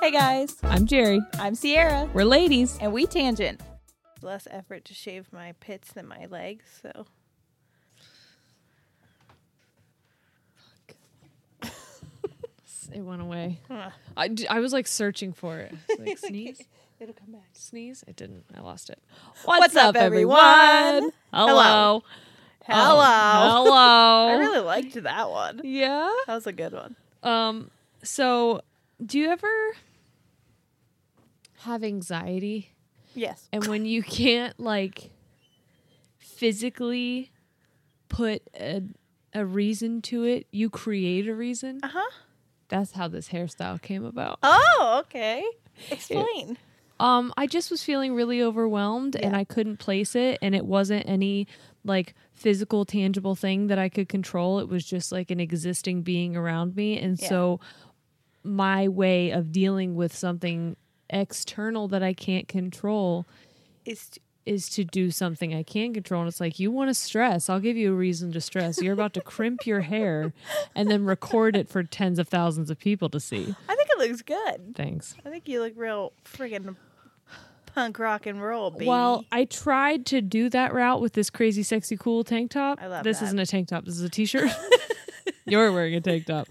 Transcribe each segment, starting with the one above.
Hey guys, I'm Jerry. I'm Sierra, We're ladies. and we tangent. Less effort to shave my pits than my legs, so. It went away. I, d- I was like searching for it. I was Like sneeze, It'll come back. sneeze. It didn't. I lost it. What's up, everyone? Hello. Hello. Oh, hello. I really liked that one. Yeah. That was a good one. Um. So, do you ever have anxiety? Yes. And when you can't like physically put a a reason to it, you create a reason. Uh huh. That's how this hairstyle came about. Oh, okay. Explain. Um, I just was feeling really overwhelmed and I couldn't place it and it wasn't any like physical tangible thing that I could control. It was just like an existing being around me and Yeah. so my way of dealing with something external that I can't control It's is to do something I can control and it's like you want to stress, I'll give you a reason to stress. You're about to crimp your hair and then record it for tens of thousands of people to see. I think it looks good. Thanks. I think you look real friggin' punk rock and roll, baby. Well, I tried to do that route with this crazy, sexy, cool tank top. I love this that. isn't a tank top. This is a t-shirt. You're wearing a tank top.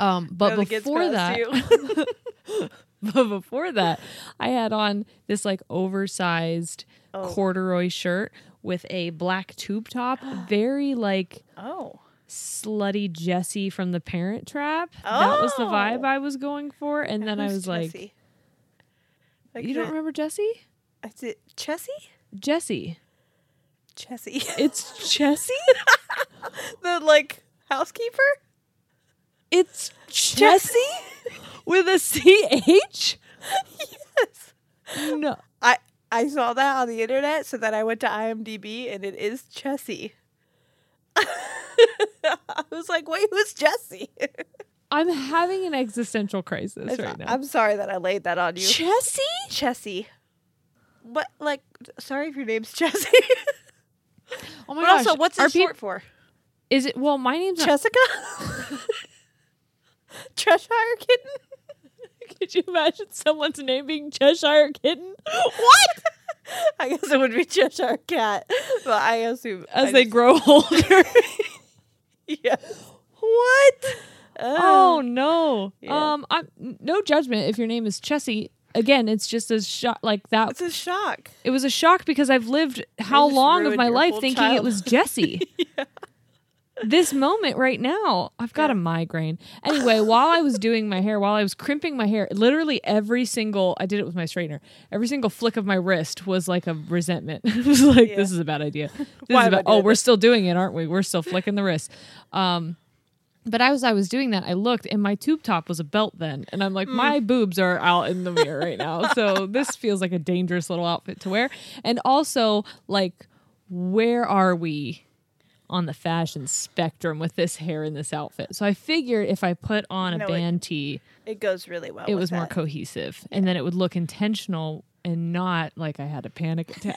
Um, but Really gets before past that, you. but before that, I had on this like oversized Oh. corduroy shirt with a black tube top, very like oh, slutty Jessie from The Parent Trap. That was the vibe Oh. I was going for, and then I was like, "You don't remember Jessie? Is it Chessie? Jessie? Chessie, It's Jessie." the like housekeeper. It's Chessie with a CH? yes, No. I I saw that on the internet, so then I went to IMDb, and it is Chessie. I was like, wait, who's Chessie? I'm having an existential crisis right now. I'm sorry that I laid that on you. Chessie? Chessie. What? Like, sorry if your name's Chessie. Oh my but gosh. also, what's Are it peop- short for? Is it well, my name's not- Jessica? Cheshire kitten? Could you imagine someone's name being Cheshire Kitten? What? I guess it would be Cheshire cat, but I assume As I they just- grow older. Yeah. What? oh no. Yeah. Oh, Um I'm no judgment if your name is Chessie. again, it's just a shock. Like that, It's a shock. it was a shock because I've lived how just long of ruined my your life whole thinking it was Jesse. This moment right now, I've got a migraine. Anyway, while I was doing my hair, while I was crimping my hair, literally every single I did it with my straightener. Every single flick of my wrist was like a resentment. it was like this is a bad idea. This is am about, I oh, doing we're still doing it, aren't we? We're still flicking the wrist. Um but as I was doing that, I looked and my tube top was a belt then. And I'm like, my boobs are out in the mirror right now. So this feels like a dangerous little outfit to wear. And also, like, where are we on the fashion spectrum with this hair and this outfit? So I figured if I put on a No, it- band tee, It goes really well. it with was more that. cohesive. And then it would look intentional and not like I had a panic attack.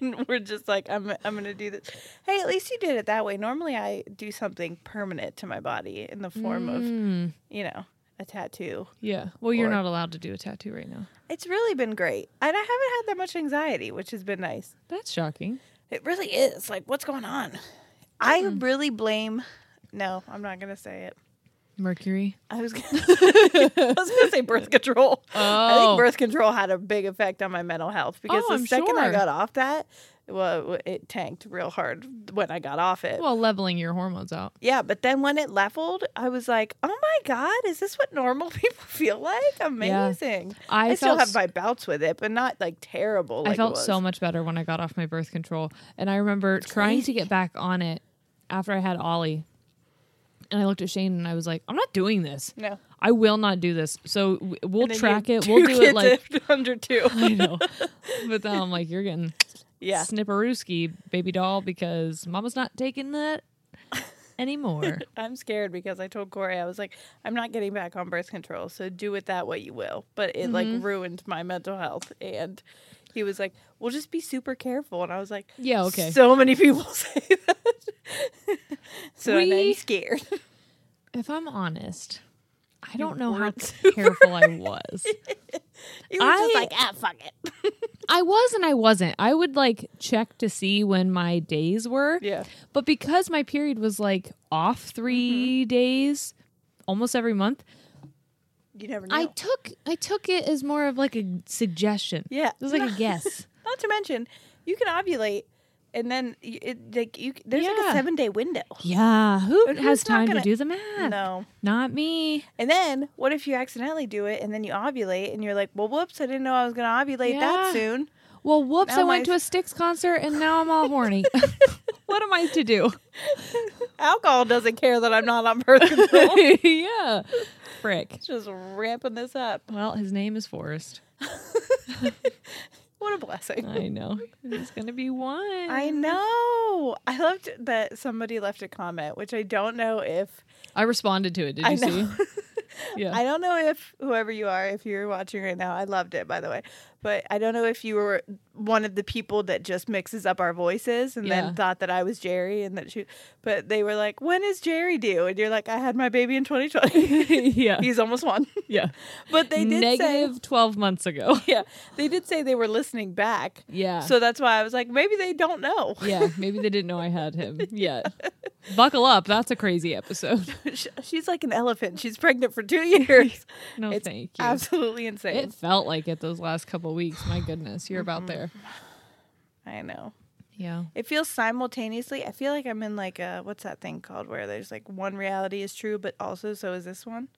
and we're just like, I'm, I'm gonna do this. Hey, at least you did it that way. Normally, I do something permanent to my body in the form Mm. of, you know, a tattoo. yeah. Well, you're Or- not allowed to do a tattoo right now. It's really been great, and I haven't had that much anxiety, which has been nice. That's shocking. It really is. Like, what's going on? I Mm. really blame. No, I'm not gonna say it. Mercury. I was gonna, I was gonna say birth control. I Oh. think birth control had a big effect on my mental health because Oh, the I'm second I sure. got off that, well, it tanked real hard when I got off it. Well, leveling your hormones out. yeah, but then when it leveled, I was like, "Oh my god, is this what normal people feel like?" Amazing. I I, still felt have s- my bouts with it, but not like terrible. Like I felt so much better when I got off my birth control. And I remember trying to get back on it after I had Ollie. And I looked at Shane and I was like, I'm not doing this. No. I will not do this. So w- we'll Then you track have it. We'll two do it kids like, at under two. I know. But then I'm like, you're getting Yeah. snipperooski, baby doll, because mama's not taking that anymore. I'm scared because I told Corey I was like, I'm not getting back on birth control, so do with that what you will. But it Mm-hmm. like ruined my mental health, and he was like, "Well, just be super careful." And I was like, Yeah, okay. So many people say that, so now We- I'm scared. if I'm honest, I don't know how careful I was. He was I- just like, "Ah, fuck it." I was and I wasn't. I would like check to see when my days were. Yeah. But because my period was like off 3 Mm-hmm. days almost every month, You never know. I took I took it as more of like a suggestion. Yeah. It was like a guess. Not to mention, you can ovulate, and then y- it like you. There's like Yeah. a seven day window. yeah, who But has who's not time gonna- to do the math? No. Not me. And then what if you accidentally do it and then you ovulate and you're like, well, whoops, I didn't know I was going to ovulate Yeah. that soon. Well, whoops, Now I went my- to a Styx concert and now I'm all horny. what am I to do? Alcohol doesn't care that I'm not on birth control. yeah. Frick. Just ramping this up. Well, his name is Forrest. What a blessing. I know. He's going to be one. I know. I loved that somebody left a comment, which I don't know if I responded to it. Did you I see? know. Yeah. I don't know if whoever you are, if you're watching right now, I loved it by the way. But I don't know if you were one of the people that just mixes up our voices and Yeah. then thought that I was Jerry and that she but they were like, When is Jerry due? And you're like, I had my baby in twenty twenty. yeah. He's almost one. yeah. But they did Negative say 12 months ago. Yeah. They did say they were listening back. Yeah. So that's why I was like, maybe they don't know. yeah, maybe they didn't know I had him yet. Buckle up. That's a crazy episode. Sh- She's like an elephant. She's pregnant for two years. No, it's thank you. absolutely insane. it felt like it those last couple weeks. My goodness, you're about there. I know. Yeah. It feels simultaneously. I feel like I'm in like a what's that thing called where there's like one reality is true, but also so is this one.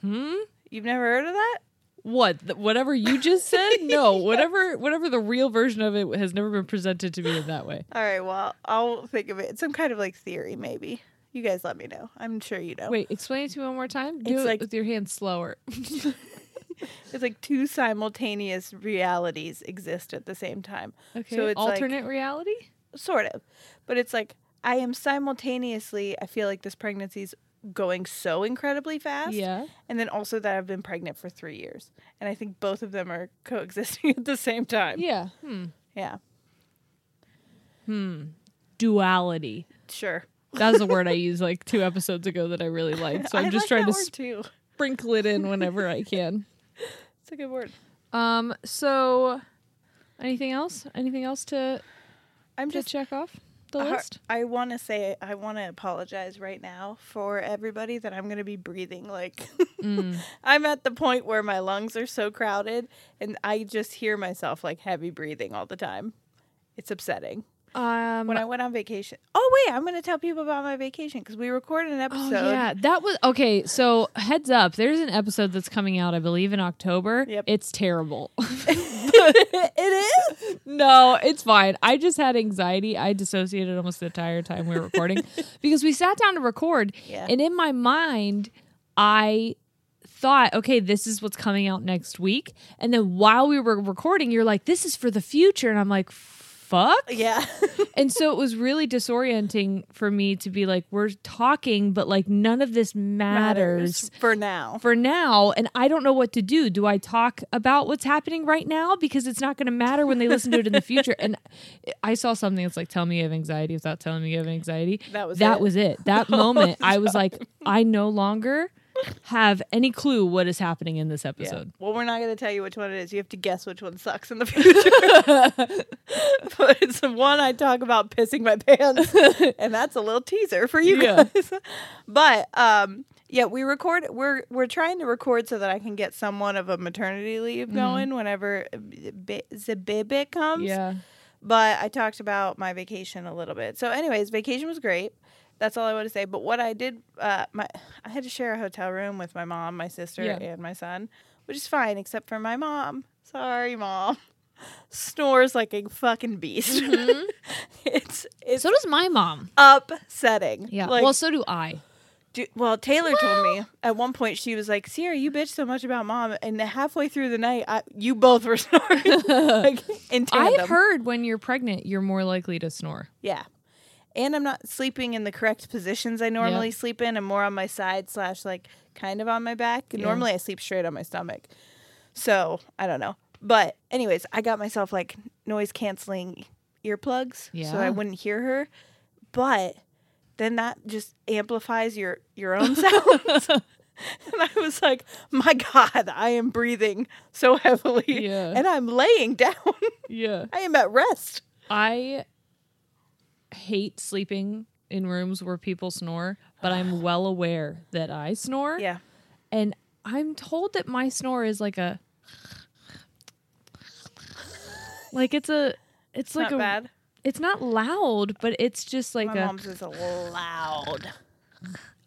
Hmm? You've never heard of that? What? th- whatever you just said? No. Whatever whatever the real version of it has never been presented to me in that way. All right, well, I'll think of it. Some kind of like theory, maybe. You guys let me know. I'm sure you know. Wait, explain it to me one more time. Do It's it like- with your hands slower. It's like two simultaneous realities exist at the same time. Okay. So it's like- alternate reality? sort of but it's like i am simultaneously i feel like this pregnancy's going so incredibly fast Yeah. and then also that i've been pregnant for three years and i think both of them are coexisting at the same time Yeah. Hmm. yeah Duality. sure That was a word I used like two episodes ago that I really liked. So I'm I just like trying that to word, too sprinkle it in whenever I can. it's a good word Um. So, anything else? Anything else to i'm to just check off the Har- list? I want to say I want to apologize right now for everybody that I'm going to be breathing like Mm. I'm at the point where my lungs are so crowded and I just hear myself like heavy breathing all the time. It's upsetting. Um, When I went on vacation. Oh wait, I'm going to tell people about my vacation cuz we recorded an Oh episode. yeah, that was okay. So heads up, there's an episode that's coming out, I believe, in October. Yep. It's terrible. it is. no, it's fine. I just had anxiety. I dissociated almost the entire time we were recording because we sat down to record, Yeah. and in my mind, I thought, okay, this is what's coming out next week. And then while we were recording, you're like, this is for the future, and I'm like, fuck. Yeah. And so it was really disorienting for me to be like, we're talking, but like none of this matters for now. for now and I don't know what to do. Do I talk about what's happening right now because it's not going to matter when they listen to it in the future? And I saw something that's like tell me you have anxiety without telling me you have anxiety. That was that it. was it. That moment I was like I no longer have any clue what is happening in this Yeah. episode. Well, we're not going to tell you which one it is. You have to guess which one sucks in the future. but it's the one I talk about pissing my pants, and that's a little teaser for you Yeah. guys. But um, yeah, we record. We're we're trying to record so that I can get somewhat of a maternity leave going whenever uh, b- the baby comes Mm-hmm. Yeah. but I talked about my vacation a little bit. So, anyways, vacation was great. That's all I want to say. But what I did, uh, my I had to share a hotel room with my mom, my sister, Yeah. and my son, which is fine, except for my mom. Sorry, mom. Snores like a fucking beast. Mm-hmm. it's it's So does my mom. upsetting. Yeah. Like, well, so do I. do, well, Taylor told me at one point she was like, "Sierra, you bitch so much about mom," and halfway through the night, I, you both were snoring. like, in tandem. I've heard when you're pregnant, you're more likely to snore. Yeah. And I'm not sleeping in the correct positions I normally sleep in. I'm more on my side slash like kind of on my back. Normally I sleep straight on my stomach. So I don't know. But anyways, I got myself like noise canceling earplugs so Yeah. I wouldn't hear her. But then that just amplifies your your own sounds. and I was like, my God, I am breathing so heavily. Yeah. And I'm laying down. Yeah. I am at rest. I hate sleeping in rooms where people snore, but I'm well aware that I snore. Yeah. And I'm told that my snore is like a like it's a it's like Not a bad. it's not loud, but it's just like My a mom's is loud.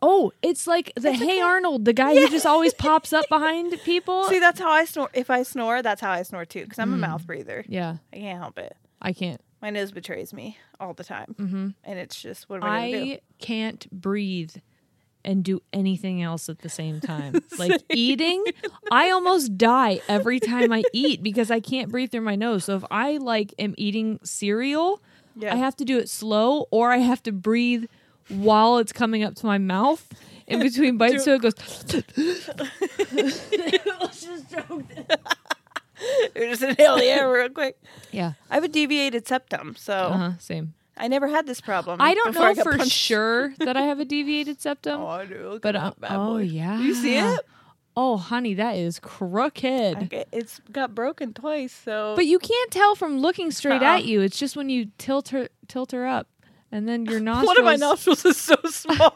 oh, it's like the Hey Arnold, the guy who just always pops up behind people. See, that's how I snore. If I snore, that's how I snore too, because I'm a Mm. mouth breather. yeah, I can't help it. I can't. My nose betrays me all the time, Mhm. and it's just what am I, gonna do? I can't breathe and do anything else at the same time. like eating, I almost die every time I eat because I can't breathe through my nose. So if I like am eating cereal, Yeah. I have to do it slow or I have to breathe while it's coming up to my mouth in between bites so it goes just inhale the air real quick. Yeah. I have a deviated septum, so Uh-huh, same. I never had this problem. I don't Mm, before know got for punched. sure that I have a deviated septum. Oh, I do. Look but at uh, that bad oh boy. yeah. you see it? Oh honey, that is crooked. I get- It's got broken twice, so But you can't tell from looking straight Uh-uh. at you. It's just when you tilt her tilt her up, and then your nostrils. one of my nostrils is so small.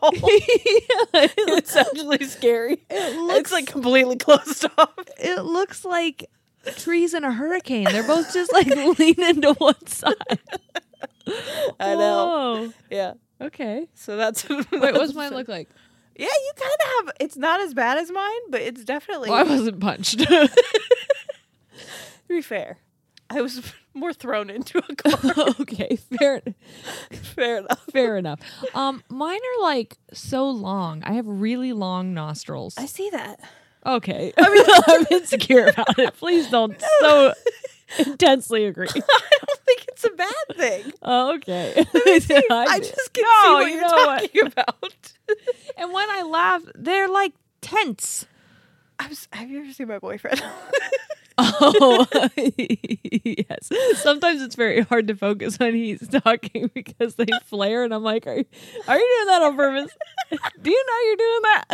it's actually scary. It looks it's like completely closed off. It looks like trees in a hurricane. They're both just like leaning to one side. I know. Whoa. Yeah. Okay. So that's wait. Wait, what's mine look like? Yeah, you kind of have. It's not as bad as mine, but it's definitely. Well, I wasn't punched. to be fair, I was more thrown into a car. okay, fair, fair enough. fair enough. Um, mine are like so long. I have really long nostrils. I see that. Okay, I am insecure about it. Please don't so intensely agree. I don't think it's a bad thing. Oh, okay. I I- just can No, see what you you are know what? talking about. and when I laugh, they're like tense. I was, have you ever seen my boyfriend? Oh, yes. Sometimes it's very hard to focus when he's talking because they flare, and I'm like, "Are, are you doing that on purpose? Do you know you're doing that?"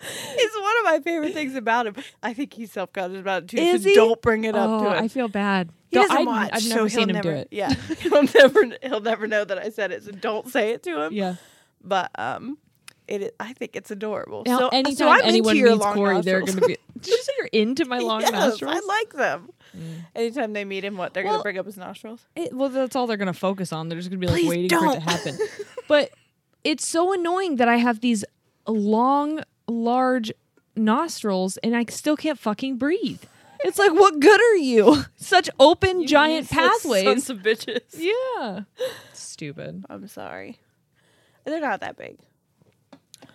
It's one of my favorite things about him. I think he's self conscious about it too. Is so he? don't bring it up oh, to him. I feel bad. he Don't- doesn't I'd- watch, I've so never seen he'll him never, do it. Yeah, he'll never he'll never know that I said it. So don't say it to him. Yeah. but um, it is, I think it's adorable. Now, so, anytime so I'm anyone into your meets long Corey, they're nostrils. going to be. Did you say you're into my long Yes, nostrils? I like them. Anytime they meet him, what they're Well, gonna bring up his nostrils. It- well, that's all they're going to focus on. They're just going to be like Please waiting for it to don't. happen. but it's so annoying that I have these long, large nostrils and I still can't fucking breathe. It's like, what good are you? Such open, giant pathways. Sons of bitches. Yeah. Stupid. I'm sorry, they're not that big.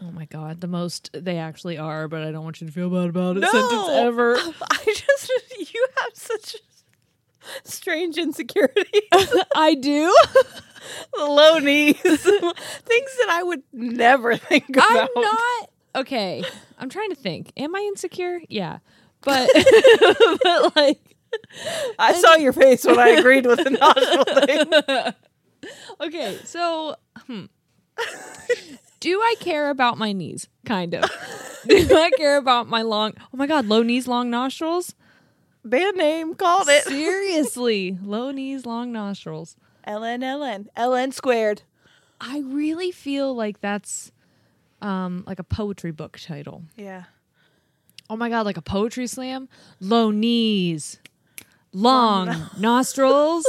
Oh my God. The most they actually are, but I don't want you to feel bad about it. Sentence ever. I just you have such strange insecurity, I do. low knees, things that I would never think I'm about. not okay. I'm trying to think. Am I insecure? Yeah, but but like I saw your face when I agreed with the nostril thing. okay. So hmm. do I care about my knees? Kind of. do I care about my long? Oh my god, low knees, long nostrils. Band name called it. Seriously, low knees, long nostrils. LN LN LN squared. I really feel like that's um like a poetry book title. Yeah. Oh my god, like a poetry slam. Low knees, long nostrils,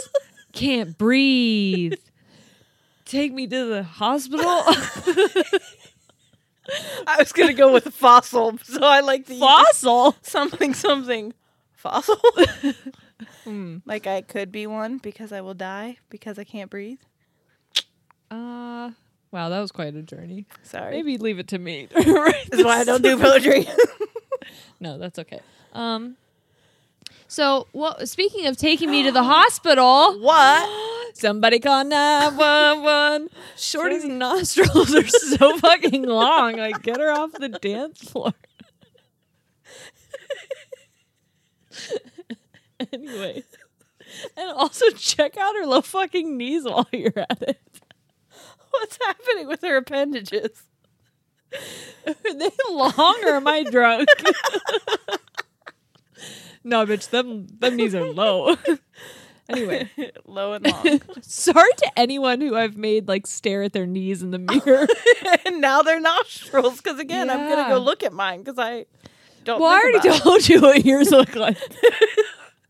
can't breathe. Take me to the hospital. I was gonna go with fossil, so I like the Fossil. something something fossil. Like I could be one because I will die because I can't breathe. Uh, wow, that was quite a journey. Sorry. Maybe leave it to me. That's why I don't do poetry. no, that's okay. Um, so well, speaking of taking me to the hospital, what? Somebody call 911. Shorty's nostrils are so fucking long. Like, get her off the dance floor. anyway. And also check out her low fucking knees while you're at it. What's happening with her appendages? Are they long or am I drunk? no, bitch, them them knees are low. anyway. Low and long. Sorry to anyone who I've made like stare at their knees in the mirror. and now they're nostrils because again, I'm gonna Yeah. go look at mine because I don't. Well, I think already about told you what yours look like.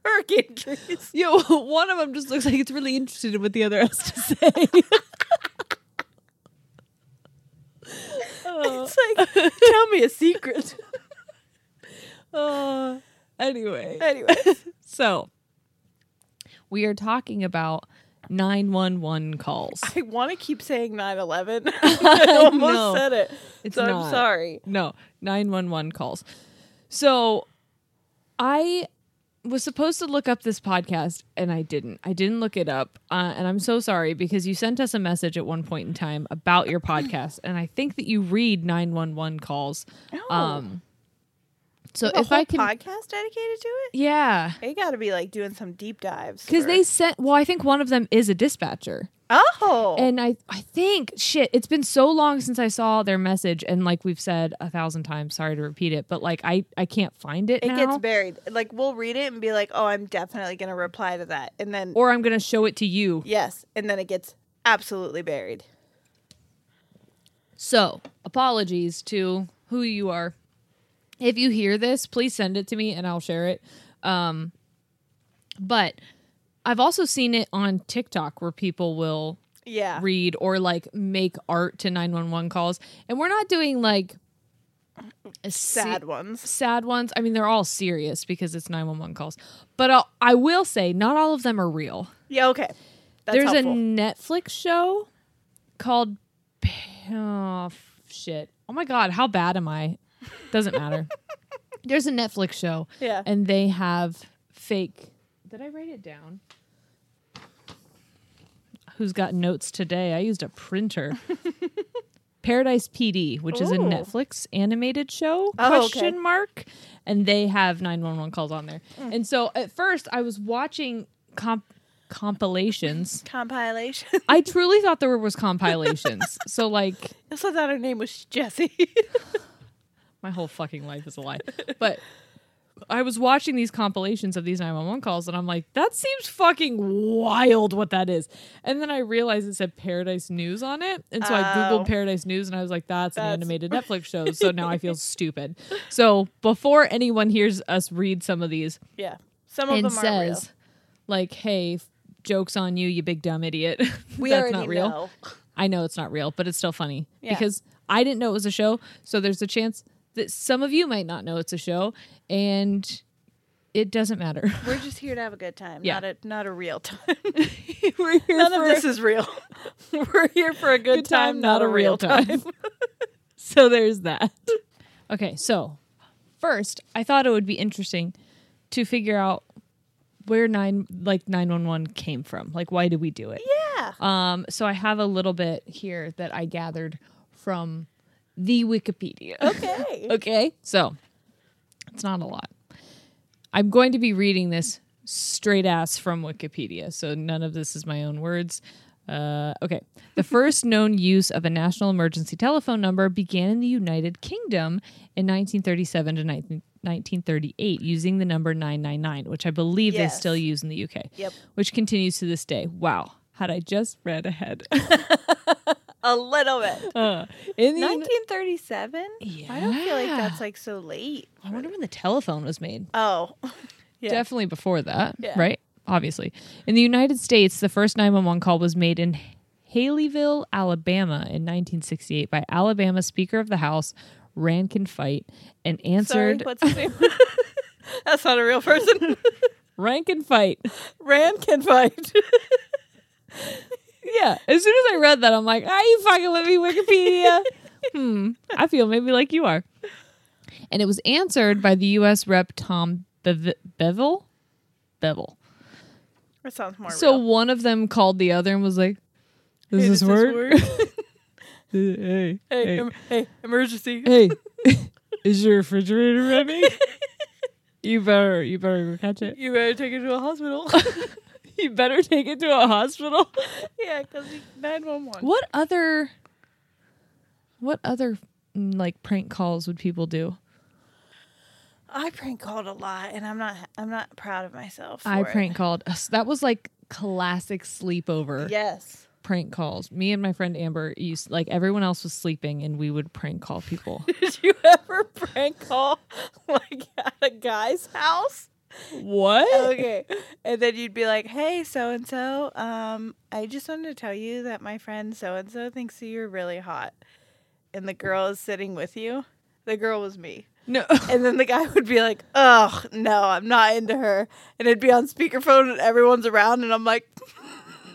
hurricane trees. Yo, one of them just looks like it's really interested in what the other has to say. It's like, tell me a secret. Uh, anyway, anyway, so we are talking about 911 calls. I want to keep saying 9/11. I almost know. said it. It's so not. I'm sorry. No, 911 calls. So I was supposed to look up this podcast and I didn't. I didn't look it up. Uh, and I'm so sorry because you sent us a message at one point in time about your podcast. And I think that you read 911 calls. Um, so Oh. a if whole I can. podcast dedicated to it. yeah. They got to be like doing some deep dives Because for- they sent, well, I think one of them is a dispatcher. Oh, And I, I think shit. It's been so long since I saw their message, and like we've said a thousand times, sorry to repeat it, but like I, I can't find it, it now. gets buried. Like we'll read it and be like, "Oh, I'm definitely gonna reply to that," and then or I'm gonna show it to you. yes, and then it gets absolutely buried. So apologies to who you are. If you hear this, please send it to me, and I'll share it. Um, but I've also seen it on TikTok where people will Yeah. read or like make art to 911 calls. And we're not doing like a se- Sad ones. sad ones. I mean, they're all serious because it's 911 calls. But I'll, I will say, not all of them are real. Yeah, okay. That's There's helpful. a Netflix show called. Pa- Oh, f- shit. Oh my God, how bad am I? Doesn't matter. There's a Netflix show. Yeah. And they have fake. Did I write it down? Who's got notes today? I used a printer. Paradise PD, which is a Ooh. Netflix animated show Oh, okay. question mark, and they have nine one one calls on there. And so at first I was watching comp- compilations. compilation. I truly thought there was compilations. so like I also thought her name was Jessie. My whole fucking life is a lie. But I was watching these compilations of these 911 calls and I'm like, that seems fucking wild what that is. And then I realized it said Paradise News on it. And so I Oh. Googled Paradise News and I was like, that's, an That's- animated Netflix show. So now I feel stupid. So before anyone hears us read some of these Yeah. Some of and them are real. says, like, hey, f- joke's on you, you big dumb idiot. We that's already not real. know. I know it's not real, but it's still funny Yeah. because I didn't know it was a show. So there's a chance that some of you might not know it's a show, and it doesn't matter. We're just here to have a good time, Yeah. not a not a real time. We're here None of this is real. We're here for a good, time, not, a real time. so there's that. Okay, so first, I thought it would be interesting to figure out where nine like nine one one came from. Like, why did we do it? Yeah. Um, so I have a little bit here that I gathered from the Wikipedia. Okay. okay. So it's not a lot. I'm going to be reading this straight ass from Wikipedia, so none of this is my own words. Uh, okay. The first known use of a national emergency telephone number began in the United Kingdom in 1937 to 19- 1938 using the number 999, which I believe Yes. they still use in the UK, Yep. which continues to this day. Wow. Had I just read ahead. A little bit. in the Uni- 1937? I don't feel like that's like so late. I wonder when the telephone was made. Oh. Yeah. Definitely before that, Yeah. right? Obviously. In the United States, the first 911 call was made in Haleyville, Alabama in 1968 by Alabama Speaker of the House Rankin Fight and Sorry, answered what's his name? That's not a real person. Rankin Fight. Rand can fight. Yeah. As soon as I read that, I'm like, are you fucking with me, Wikipedia? hmm. I feel maybe like you are. And it was answered by the U.S. Rep Tom Bev- Bevel? Bevel. That sounds more So real. one of them called the other and was like, does Hey, this does work? work? hey, hey, em- hey, emergency. hey, is your refrigerator running? you better, you better go catch it. You better take it to a hospital. You better take it to a hospital. yeah, because 911. What other, what other mm, like prank calls would people do? I prank called a lot, and I'm not. I'm not proud of myself. I for it. prank called. us. That was like classic sleepover Yes. prank calls. Me and my friend Amber used like everyone else was sleeping and we would prank call people. Did you ever prank call like at a guy's house? what? Okay. And then you'd be like, "Hey, so and so, um, I just wanted to tell you that my friend so and so thinks that you're really hot." And the girl is sitting with you. The girl was me. No. And then the guy would be like, "Ugh, no, I'm not into her." And it'd be on speakerphone and everyone's around and I'm like,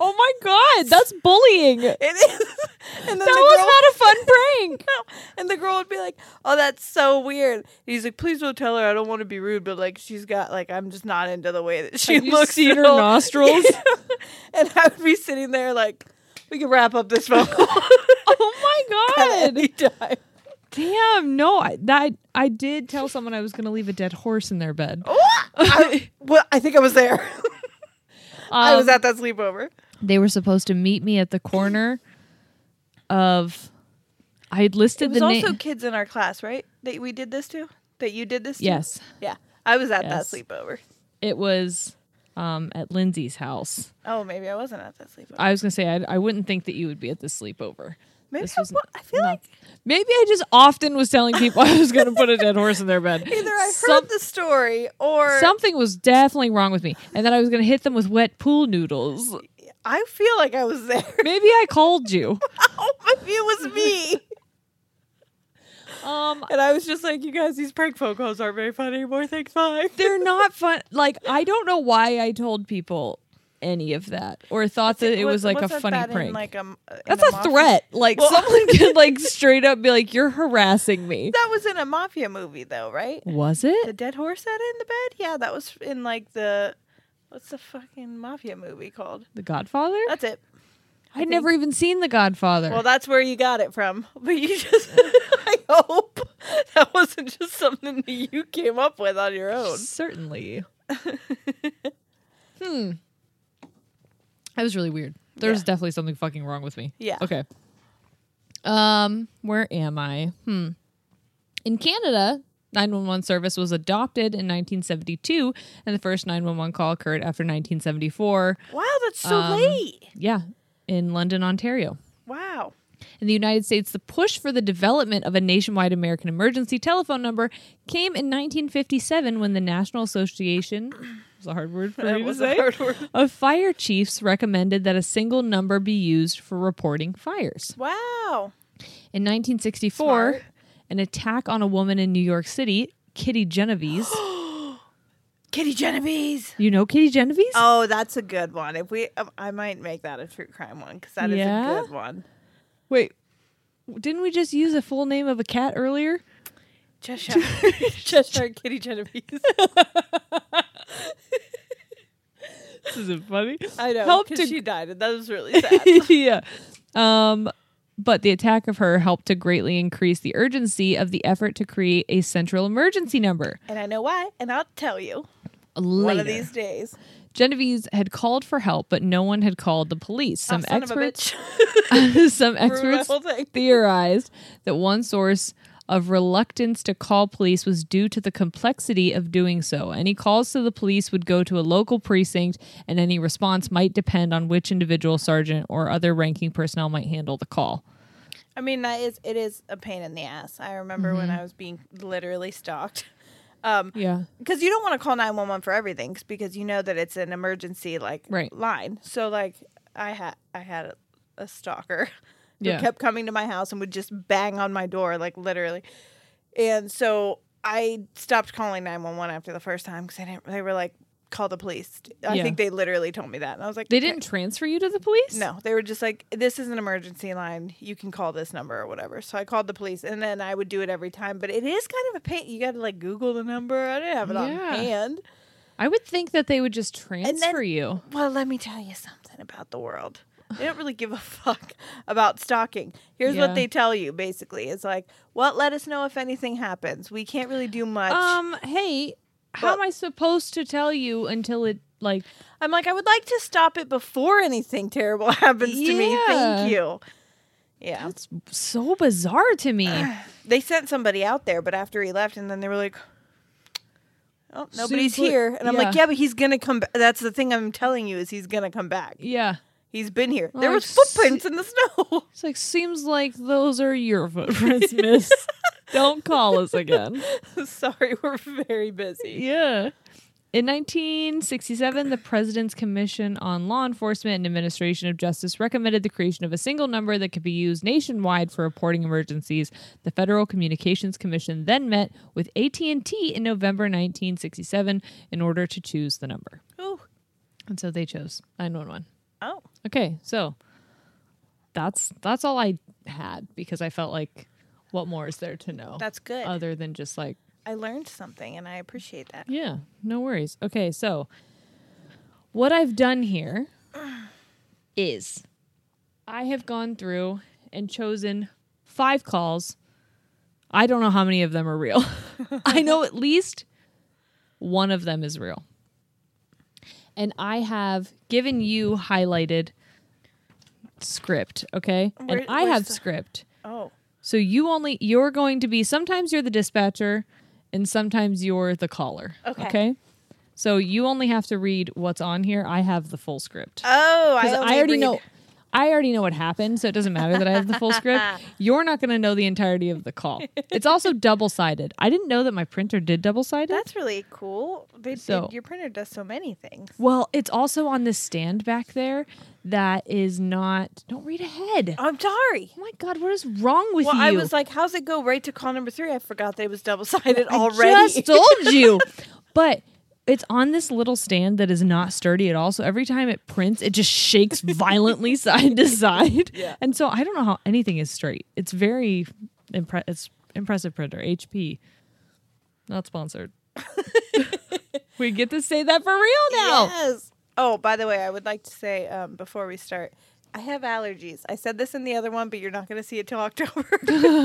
Oh my god, that's bullying. That "It is." And then the girl was not a fun prank. no. And the girl would be like, "Oh, that's so weird." And he's like, "Please don't tell her. I don't want to be rude, but like, she's got like, I'm just not into the way that she Have you looks." seen at her all." nostrils? and I would be sitting there like, "We can wrap up this phone call." Oh my at god! any time. Damn, no, I that I did tell someone I was going to leave a dead horse in their bed. Oh, I, well, I think I was there. I was Um, at that sleepover. They were supposed to meet me at the corner of. I had listed It was the also name. kids in our class, right? That we did this to. That you did this to. Yes, Yeah, I was at Yes. that sleepover. it was um, at Lindsay's house. Oh, maybe I wasn't at that sleepover. I was going to say I, I wouldn't think that you would be at the sleepover. maybe this I, was wa- I feel like Maybe I just often was telling people I was going to put a dead horse in their bed. either I heard Some- the story or something was definitely wrong with me, and that I was going to hit them with wet pool noodles. I feel like I was there. Maybe I called you. Oh, maybe it was me. Um, And I was just like, you guys, these prank phone calls aren't very fun anymore. Thanks, bye. they're not fun. Like I don't know why I told people any of that or thought that it was like a funny prank. That's a threat. Like Well- someone could like straight up be like, "You're harassing me." That was in a mafia movie, though, right? Was The it? dead horse had it in the bed? Yeah, that was in like the. What's the fucking mafia movie called? The Godfather? That's it. I'd never even seen The Godfather. Well, that's where you got it from. But you just. I hope that wasn't just something that you came up with on your own. Certainly. hmm. That was really weird. There's Yeah. definitely something fucking wrong with me. Yeah. Okay. Um, where am I? Hmm. In Canada, 911 service was adopted in 1972, and the first 911 call occurred after 1974. Wow, that's so Um, late. Yeah, in London, Ontario. Wow. In the United States, the push for the development of a nationwide American emergency telephone number came in 1957 when the National Association was a hard word for me to say of fire chiefs recommended that a single number be used for reporting fires. Wow. In 1964, an attack on a woman in New York City, Kitty Genovese. Kitty Genovese. you know Kitty Genovese? Oh, that's a good one. If we, um, I might make that a true crime one because that is Yeah? a good one. Wait, didn't we just use a full name of a cat earlier? Cheshire, Cheshire Kitty Genovese. This isn't funny. I know. Help 'cause to- she died, and that was really sad. yeah. Um, but the attack of her helped to greatly increase the urgency of the effort to create a central emergency number. and I know why, and I'll tell you Later. one of these days. Genovese had called for help, but no one had called the police. Some Oh, Ah, son of a experts, bitch. some Ruined my experts whole thing. theorized that one source of reluctance to call police was due to the complexity of doing so. Any calls to the police would go to a local precinct, and any response might depend on which individual sergeant or other ranking personnel might handle the call. I mean, that is it is a pain in the ass. I remember when Mm-hmm. I was being literally stalked. Um, Yeah. because you don't want to call 911 for everything 'cause- because you know that it's an emergency like Right. line so like i had i had a, a stalker who Yeah. kept coming to my house and would just bang on my door like literally and so i stopped calling 911 after the first time because i didn't they were like call the police i Yeah. think they literally told me that and i was like They "Okay." didn't transfer you to the police? No, they were just like, this is an emergency line. You can call this number or whatever. So I called the police and then I would do it every time. But it is kind of a pain. You got to like Google the number. I didn't have it on Yeah. hand. I would think that they would just transfer you. Well, let me tell you something about the world. They don't really give a fuck about stalking. Here's Yeah. what they tell you basically it's like, well, let us know if anything happens. We can't really do much. Um, hey, how Well- am I supposed to tell you until it like I'm like, I would like to stop it before anything terrible happens to me. Yeah. Thank you. Yeah. that's so bizarre to me. they sent somebody out there, but after he left, and then they were like, "Oh, nobody's Seems like- here," and I'm like, yeah. "Yeah, but he's gonna come." back. That's the thing I'm telling you is he's gonna come back. yeah. He's been here. Well, there I was just- footprints in the snow. It's like seems like those are your footprints, miss. Don't call us again. Sorry, we're very busy. Yeah. In 1967, the President's Commission on Law Enforcement and Administration of Justice recommended the creation of a single number that could be used nationwide for reporting emergencies. The Federal Communications Commission then met with AT&T in November 1967 in order to choose the number. Ooh. And so they chose 911. Oh, Okay, so that's that's all I had because I felt like what more is there to know? that's good. other than just like I learned something, and I appreciate that. yeah, no worries. Okay, so what I've done here is I have gone through and chosen five calls. I don't know how many of them are real. I know at least one of them is real. And I have given you highlighted script, okay? Where- and I where's have the- script. Oh, So you only you're going to be sometimes you're the dispatcher and sometimes you're the caller. Okay. So you only have to read what's on here. I have the full script. oh, I, Because I only already read- know I already know what happened, so it doesn't matter that I have the full script. You're not gonna know the entirety of the call. It's also double sided. I didn't know that my printer did double sided. That's really cool. They, So- your printer does so many things. well, it's also on this stand back there that is not don't read ahead. Oh I'm sorry. my god, what is wrong with Well, you? I was like, "How's it go right to call number three? I forgot that it was double sided I already. just told you. but it's on this little stand that is not sturdy at all. So every time it prints, it just shakes violently side to side. Yeah. And so I don't know how anything is straight. It's very impre- it's impressive printer, HP. Not sponsored. we get to say that for real now. Yes. Oh, by the way, I would like to say um, before we start, I have allergies. I said this in the other one, but you're not going to see it till October.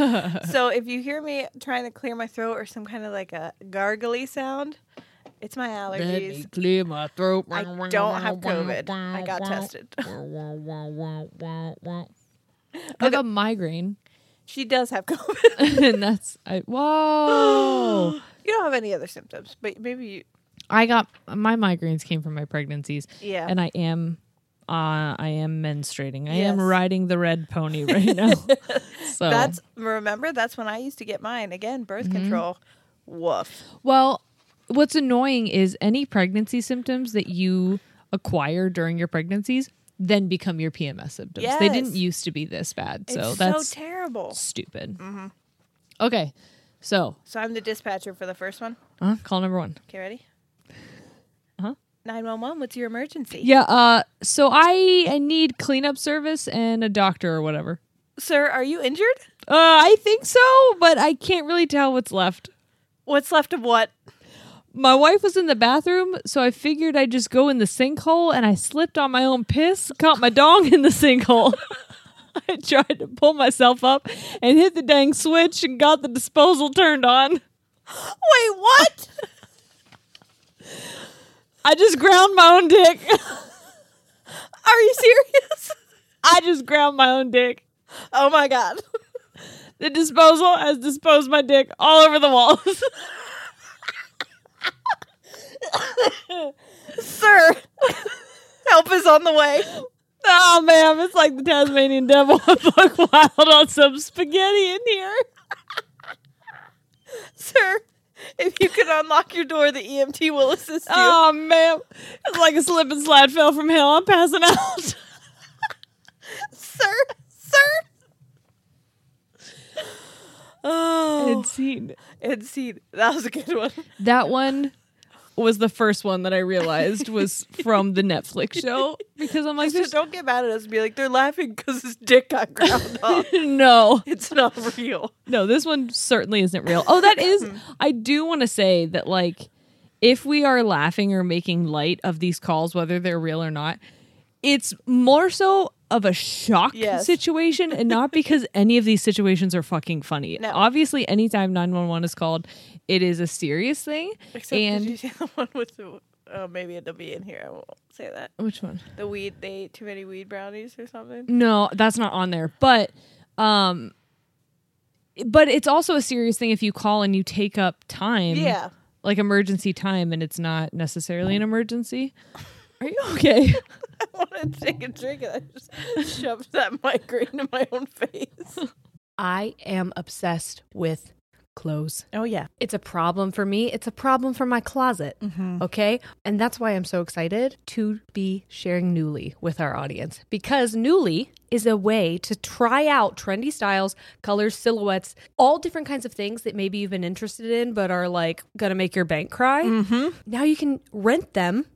so if you hear me trying to clear my throat or some kind of like a gargly sound, it's my allergies. clear my throat. I don't have COVID. I got tested. I have a migraine. She does have COVID. and that's I, whoa. you don't have any other symptoms, but maybe you. I got my migraines came from my pregnancies. Yeah. and I am uh I am menstruating. I Yes. am riding the red pony right now. so That's remember that's when I used to get mine again. Birth Mm-hmm. control. Woof. well what's annoying is any pregnancy symptoms that you acquire during your pregnancies then become your PMS symptoms. They didn't Yes. used to be this bad. So Mm-hmm. it's that's so terrible. stupid. Okay. So, So I'm the dispatcher for the first one. uh, call number 1. Okay, ready? Uh-huh. Nine one one. What's your emergency? Yeah, uh so I I need cleanup service and a doctor or whatever. Sir, are you injured? Uh I think so, but I can't really tell what's left. What's left of what? my wife was in the bathroom, so I figured I'd just go in the sinkhole and I slipped on my own piss, caught my dong in the sinkhole. I tried to pull myself up and hit the dang switch and got the disposal turned on. Wait, what? I just ground my own dick. are you serious? I just ground my own dick. Oh my god. The disposal has disposed my dick all over the walls. Sir, help is on the way. oh, ma'am, it's like the Tasmanian devil. I fuck wild on some spaghetti in here. Sir, if you could unlock your door, the EMT will assist you. Oh, ma'am. It's like a slip and slide fell from hell. I'm passing out. Sir, sir. Oh, It's seen. and see, that was a good one. That one was the first one that I realized was from the Netflix show because I'm like, So there's don't get mad at us and be like, they're laughing because his dick got ground up. no, It's not real. no, this one certainly isn't real. Oh, that is. Mm-hmm. I do want to say that, like, if we are laughing or making light of these calls, whether they're real or not, it's more so of a shock Yes. situation and not because any of these situations are fucking funny. No. Obviously, anytime 911 is called, it is a serious thing. Except and did you see the one with the oh maybe it'll be in here. I won't say that. which one? The weed they ate too many weed brownies or something. No, that's not on there. But um but it's also a serious thing if you call and you take up time. Yeah. Like emergency time and it's not necessarily an emergency. Are you okay? I wanted to take a drink and I just shoved that migraine in my own face. I am obsessed with clothes. Oh yeah. It's a problem for me. It's a problem for my closet. Okay. And that's why I'm so excited to be sharing Newly with our audience because Newly is a way to try out trendy styles, colors, silhouettes, all different kinds of things that maybe you've been interested in but are like going to make your bank cry. Mm-hmm. Now you can rent them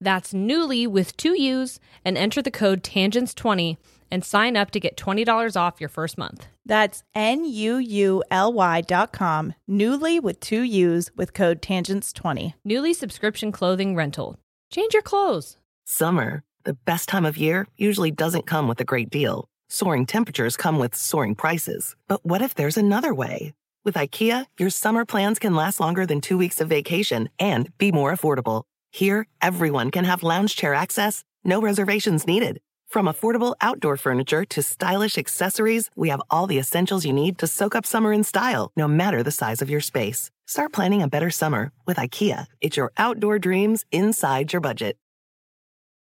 That's Newly with two U's and enter the code TANGENTS20 and sign up to get $20 off your first month. That's N U U L Y dot com, Newly with two U's with code TANGENTS20. Newly subscription clothing rental. Change your clothes. Summer, the best time of year, usually doesn't come with a great deal. Soaring temperatures come with soaring prices. But what if there's another way? With IKEA, your summer plans can last longer than two weeks of vacation and be more affordable. Here, everyone can have lounge chair access, no reservations needed. From affordable outdoor furniture to stylish accessories, we have all the essentials you need to soak up summer in style, no matter the size of your space. Start planning a better summer with IKEA. It's your outdoor dreams inside your budget.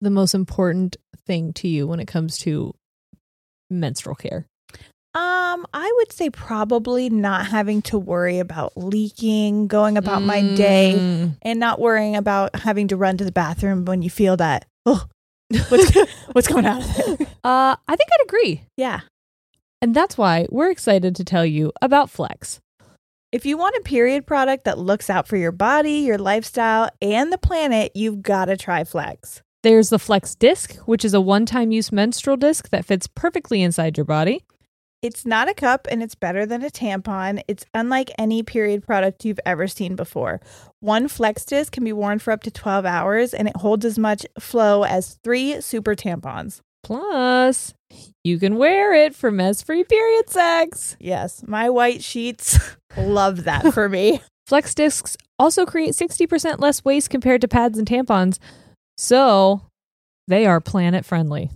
the most important thing to you when it comes to menstrual care? Um, I would say probably not having to worry about leaking, going about my day, Mm. and not worrying about having to run to the bathroom when you feel that. Oh, what's what's coming out of it? Uh, I think I'd agree. Yeah. And that's why we're excited to tell you about Flex. If you want a period product that looks out for your body, your lifestyle, and the planet, you've got to try Flex. There's the Flex Disc, which is a one time use menstrual disc that fits perfectly inside your body. It's not a cup and it's better than a tampon. It's unlike any period product you've ever seen before. One flex disc can be worn for up to 12 hours and it holds as much flow as three super tampons. Plus, you can wear it for mess free period sex. Yes, my white sheets love that for me. Flex discs also create 60% less waste compared to pads and tampons. So, they are planet friendly.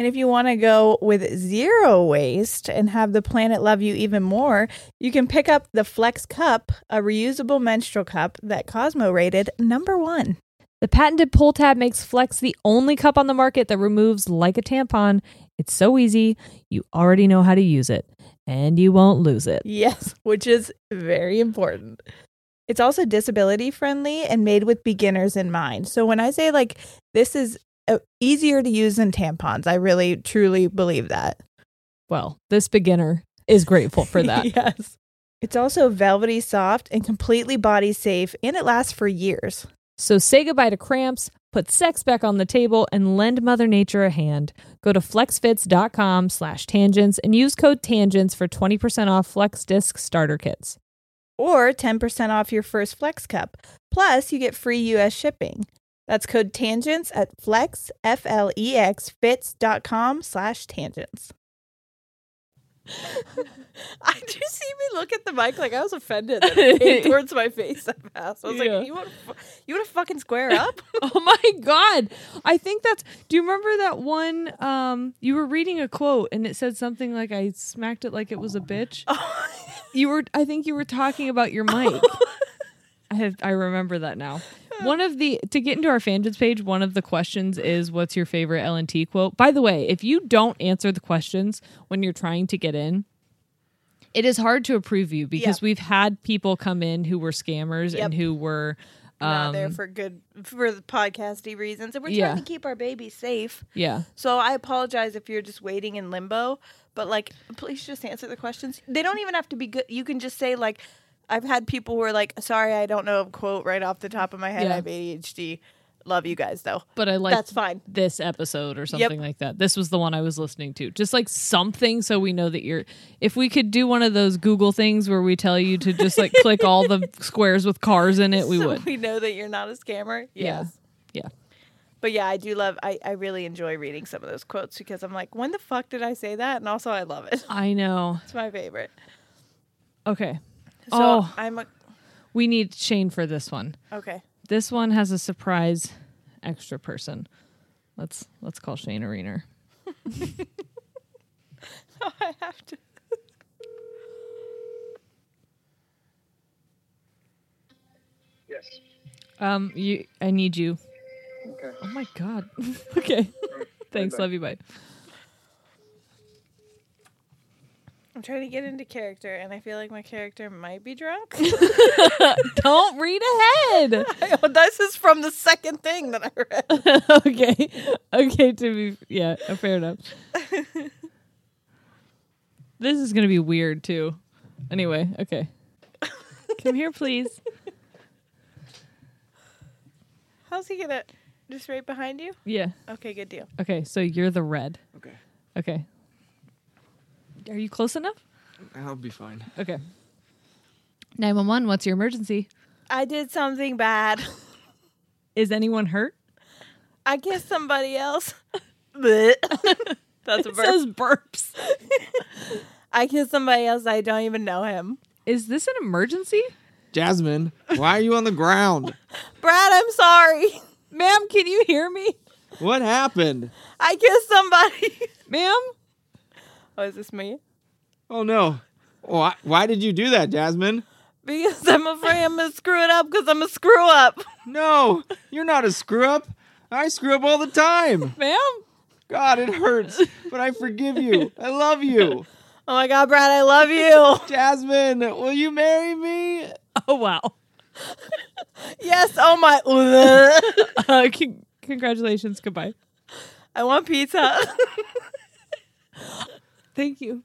And if you want to go with zero waste and have the planet love you even more, you can pick up the Flex Cup, a reusable menstrual cup that Cosmo rated number one. The patented pull tab makes Flex the only cup on the market that removes like a tampon. It's so easy, you already know how to use it, and you won't lose it. Yes, which is very important. It's also disability friendly and made with beginners in mind. So when I say like this is uh, easier to use than tampons, I really truly believe that. Well, this beginner is grateful for that. yes. It's also velvety soft and completely body safe and it lasts for years. So say goodbye to cramps, put sex back on the table, and lend Mother Nature a hand. Go to flexfits.com slash tangents and use code tangents for 20% off Flex Disc starter kits. Or 10% off your first Flex cup. Plus, you get free US shipping. That's code tangents at flex f l e x fits.com slash tangents. I do see me look at the mic like I was offended that it came towards my face that fast. I was Yeah. like, you want to you want to fucking square up? Oh my God. I think that's do you remember that one um you were reading a quote and it said something like I smacked it like it was a bitch? You were I think you were talking about your mic. I have I remember that now. One of the to get into our fangents page, one of the questions is what's your favorite L and T quote? By the way, if you don't answer the questions when you're trying to get in, it is hard to approve you because we've had people come in who were scammers and who were Not um, there for good for the podcasty reasons, and we're yeah. trying to keep our babies safe. yeah. So I apologize if you're just waiting in limbo, but like, please just answer the questions. They don't even have to be good. You can just say like, I've had people who are like, "Sorry, I don't know a quote right off the top of my head. Yeah. I have ADHD. Love you guys though. But I like That's fine. this episode or something like that. This was the one I was listening to. Just like something so we know that you're if we could do one of those Google things where we tell you to just like click all the squares with cars in it, we so would. we know that you're not a scammer. Yeah. Yes. Yeah. But yeah, I do love. I I really enjoy reading some of those quotes because I'm like, when the fuck did I say that? And also, I love it. I know. It's my favorite. Okay. So Oh. I'm a, We need Shane for this one. okay. This one has a surprise extra person. Let's let's call Shane Arena. I have to. Yes. Um you I need you. Okay. Oh my god. okay. Thanks. Love you. Bye. I'm trying to get into character, and I feel like my character might be drunk. Don't read ahead. this is from the second thing that I read. okay. Okay, to be yeah, uh, fair enough. this is gonna be weird too. Anyway, okay. Come here, please. How's he gonna? Just right behind you? Yeah. Okay, good deal. Okay, so you're the red. Okay. Okay. Are you close enough? I'll be fine. Okay. 911, what's your emergency? I did something bad. Is anyone hurt? I kissed somebody else. That's a burp. says burps. I kissed somebody else. I don't even know him. Is this an emergency? Jasmine, why are you on the ground? Brad, I'm sorry. Ma'am, can you hear me? What happened? I kissed somebody. Ma'am? oh, is this me? Oh no. Why, why did you do that, Jasmine? Because I'm afraid I'm gonna screw it up. Because I'm a screw up. No, you're not a screw up. I screw up all the time. Ma'am? God, it hurts, but I forgive you. I love you. Oh my God, Brad, I love you. Jasmine, will you marry me? Oh, wow. yes. Oh my. Uh, con- congratulations. Goodbye. I want pizza. Thank you.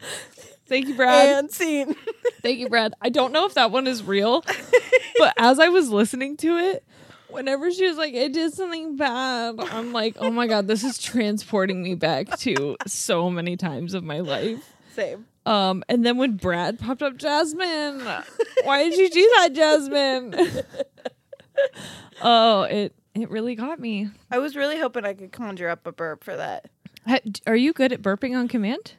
Thank you, Brad. and scene. Thank you, Brad. I don't know if that one is real, but as I was listening to it, whenever she was like, I did something bad, I'm like, oh my God, this is transporting me back to so many times of my life. Same. Um, and then when Brad popped up, Jasmine, why did you do that, Jasmine? oh, it it really got me. I was really hoping I could conjure up a burp for that. Ha- d- Are you good at burping on command?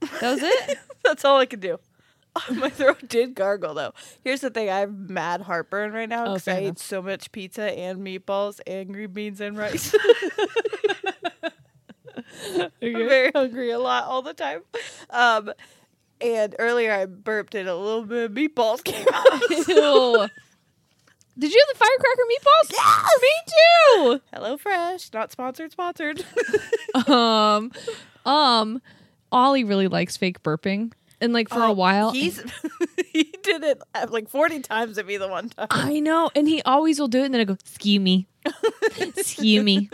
That was it. That's all I could do. My throat did gargle though. Here's the thing: I have mad heartburn right now Oh, because fair I ate enough. so much pizza and meatballs and green beans and rice. I'm very hungry a lot all the time. Um, and earlier I burped and a little bit of meatballs came out. Ew. Did you have the firecracker meatballs? Yes, me too. Hello Fresh, not sponsored, sponsored. um um ollie really likes fake burping and like for a while Oh, He's he did it uh, like 40 times at me the one time. i know and he always will do it and then i go skew me skew me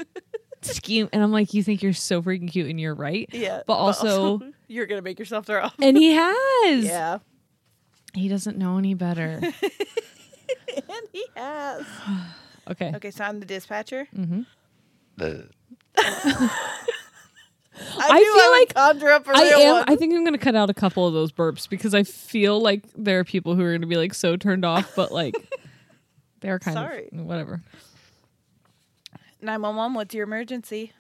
skew and i'm like you think you're so freaking cute and you're right Yeah, but also you're gonna make yourself throw up. and he has Yeah, he doesn't know any better and he has. okay Okay, so I'm the dispatcher. Mm-hmm. I, I do feel would like conjure up a real I am. one. I think I'm gonna cut out a couple of those burps because I feel like there are people who are gonna be like so turned off, but like they're kind Sorry. of whatever. 911, what's your emergency?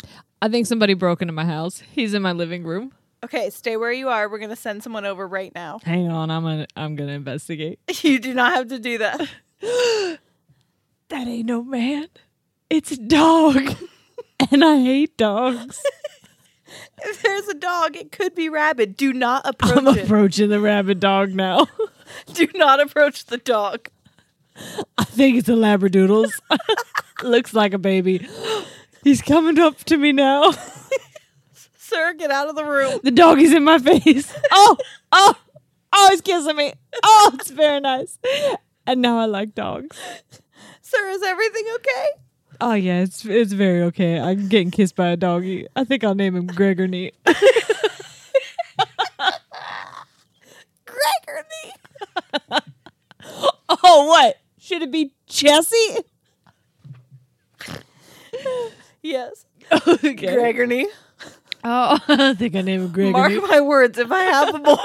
I think somebody broke into my house. He's in my living room. Okay, stay where you are. We're going to send someone over right now. Hang on, I'm gonna I'm gonna investigate. You do not have to do that. That ain't no man. It's a dog. and I hate dogs. If there's a dog, it could be rabid. Do not approach I'm it. approaching the rabid dog now. do not approach the dog. I think it's a labradoodles. Looks like a baby. He's coming up to me now. Sir, get out of the room. The dog is in my face. Oh, oh, oh, he's kissing me. Oh, it's very nice. And now I like dogs. Sir, is everything okay? Oh yeah, it's it's very okay. I'm getting kissed by a doggy. I think I'll name him Gregor Neat. Gregory. Oh what? Should it be Jesse? Yes. Okay. Gregory. Oh, I think I named him Gregor. Mark Neat. my words, if I have a boy,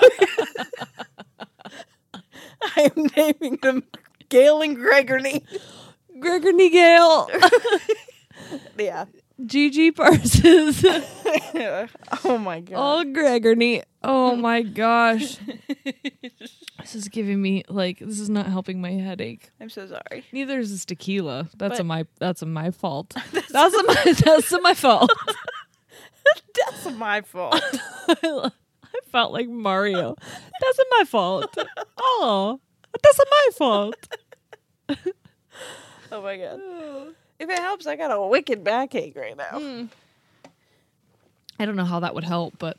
I am naming them Gail and Gregory. Gregor Negale. Yeah. Gigi Parsons. oh my god. oh Gregor Neat. Oh my gosh. this is giving me like this is not helping my headache. I'm so sorry. Neither is this tequila. That's a my that's a my fault. that's a my that's a my fault. That's my fault. I felt like Mario. That's a my fault. Oh, that's a my fault. oh my god. If it helps, I got a wicked backache right now. I don't know how that would help, but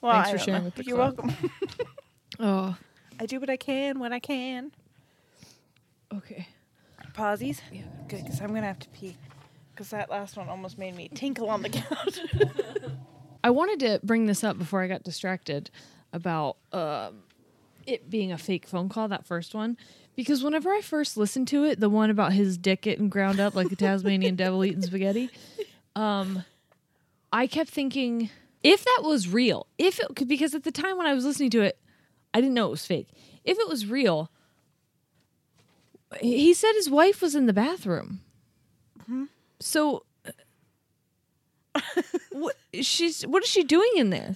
Well, Thanks I for don't sharing know. with the You're club. welcome. Oh, I do what I can when I can. okay. Pausies? Yeah. Good, because I'm going to have to pee. Because that last one almost made me tinkle on the couch. I wanted to bring this up before I got distracted about um, it being a fake phone call, that first one. Because whenever I first listened to it, the one about his dick getting ground up like a Tasmanian devil eating spaghetti, um, I kept thinking if that was real, if it could, because at the time when I was listening to it, I didn't know it was fake. If it was real, he said his wife was in the bathroom. Mm-hmm. So uh, what she's what is she doing in there?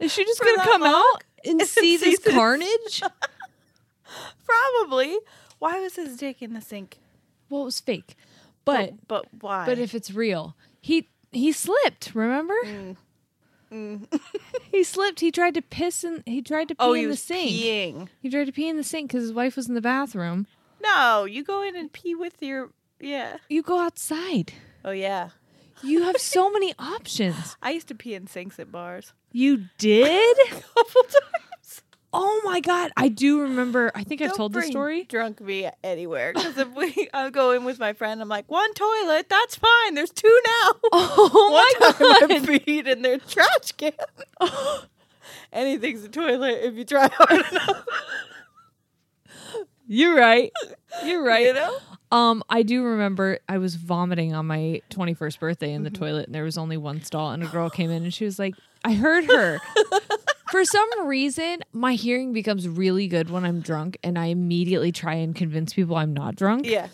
Is she just gonna come out and see this carnage? Probably. Why was his dick in the sink? Well, it was fake, but But why? but if it's real, he he slipped. Remember? Mm. he slipped. He tried to piss in. He tried to pee oh, in he the was sink. peeing. He tried to pee in the sink because his wife was in the bathroom. No, you go in and pee with your. Yeah. You go outside. Oh, yeah. You have so many options. I used to pee in sinks at bars. You did? couple times. Oh my god! I do remember. I think I've Don't told the bring story. Drunk me anywhere because if we, I go in with my friend, I'm like one toilet, that's fine. There's two now. Oh One time my I god! peed in their trash can. Anything's a toilet if you try hard enough. You're right. You're right. You know? Um, I do remember I was vomiting on my 21st birthday in the toilet, and there was only one stall, and a girl came in, and she was like, "I heard her." For some reason, my hearing becomes really good when I'm drunk, and I immediately try and convince people I'm not drunk. Yeah.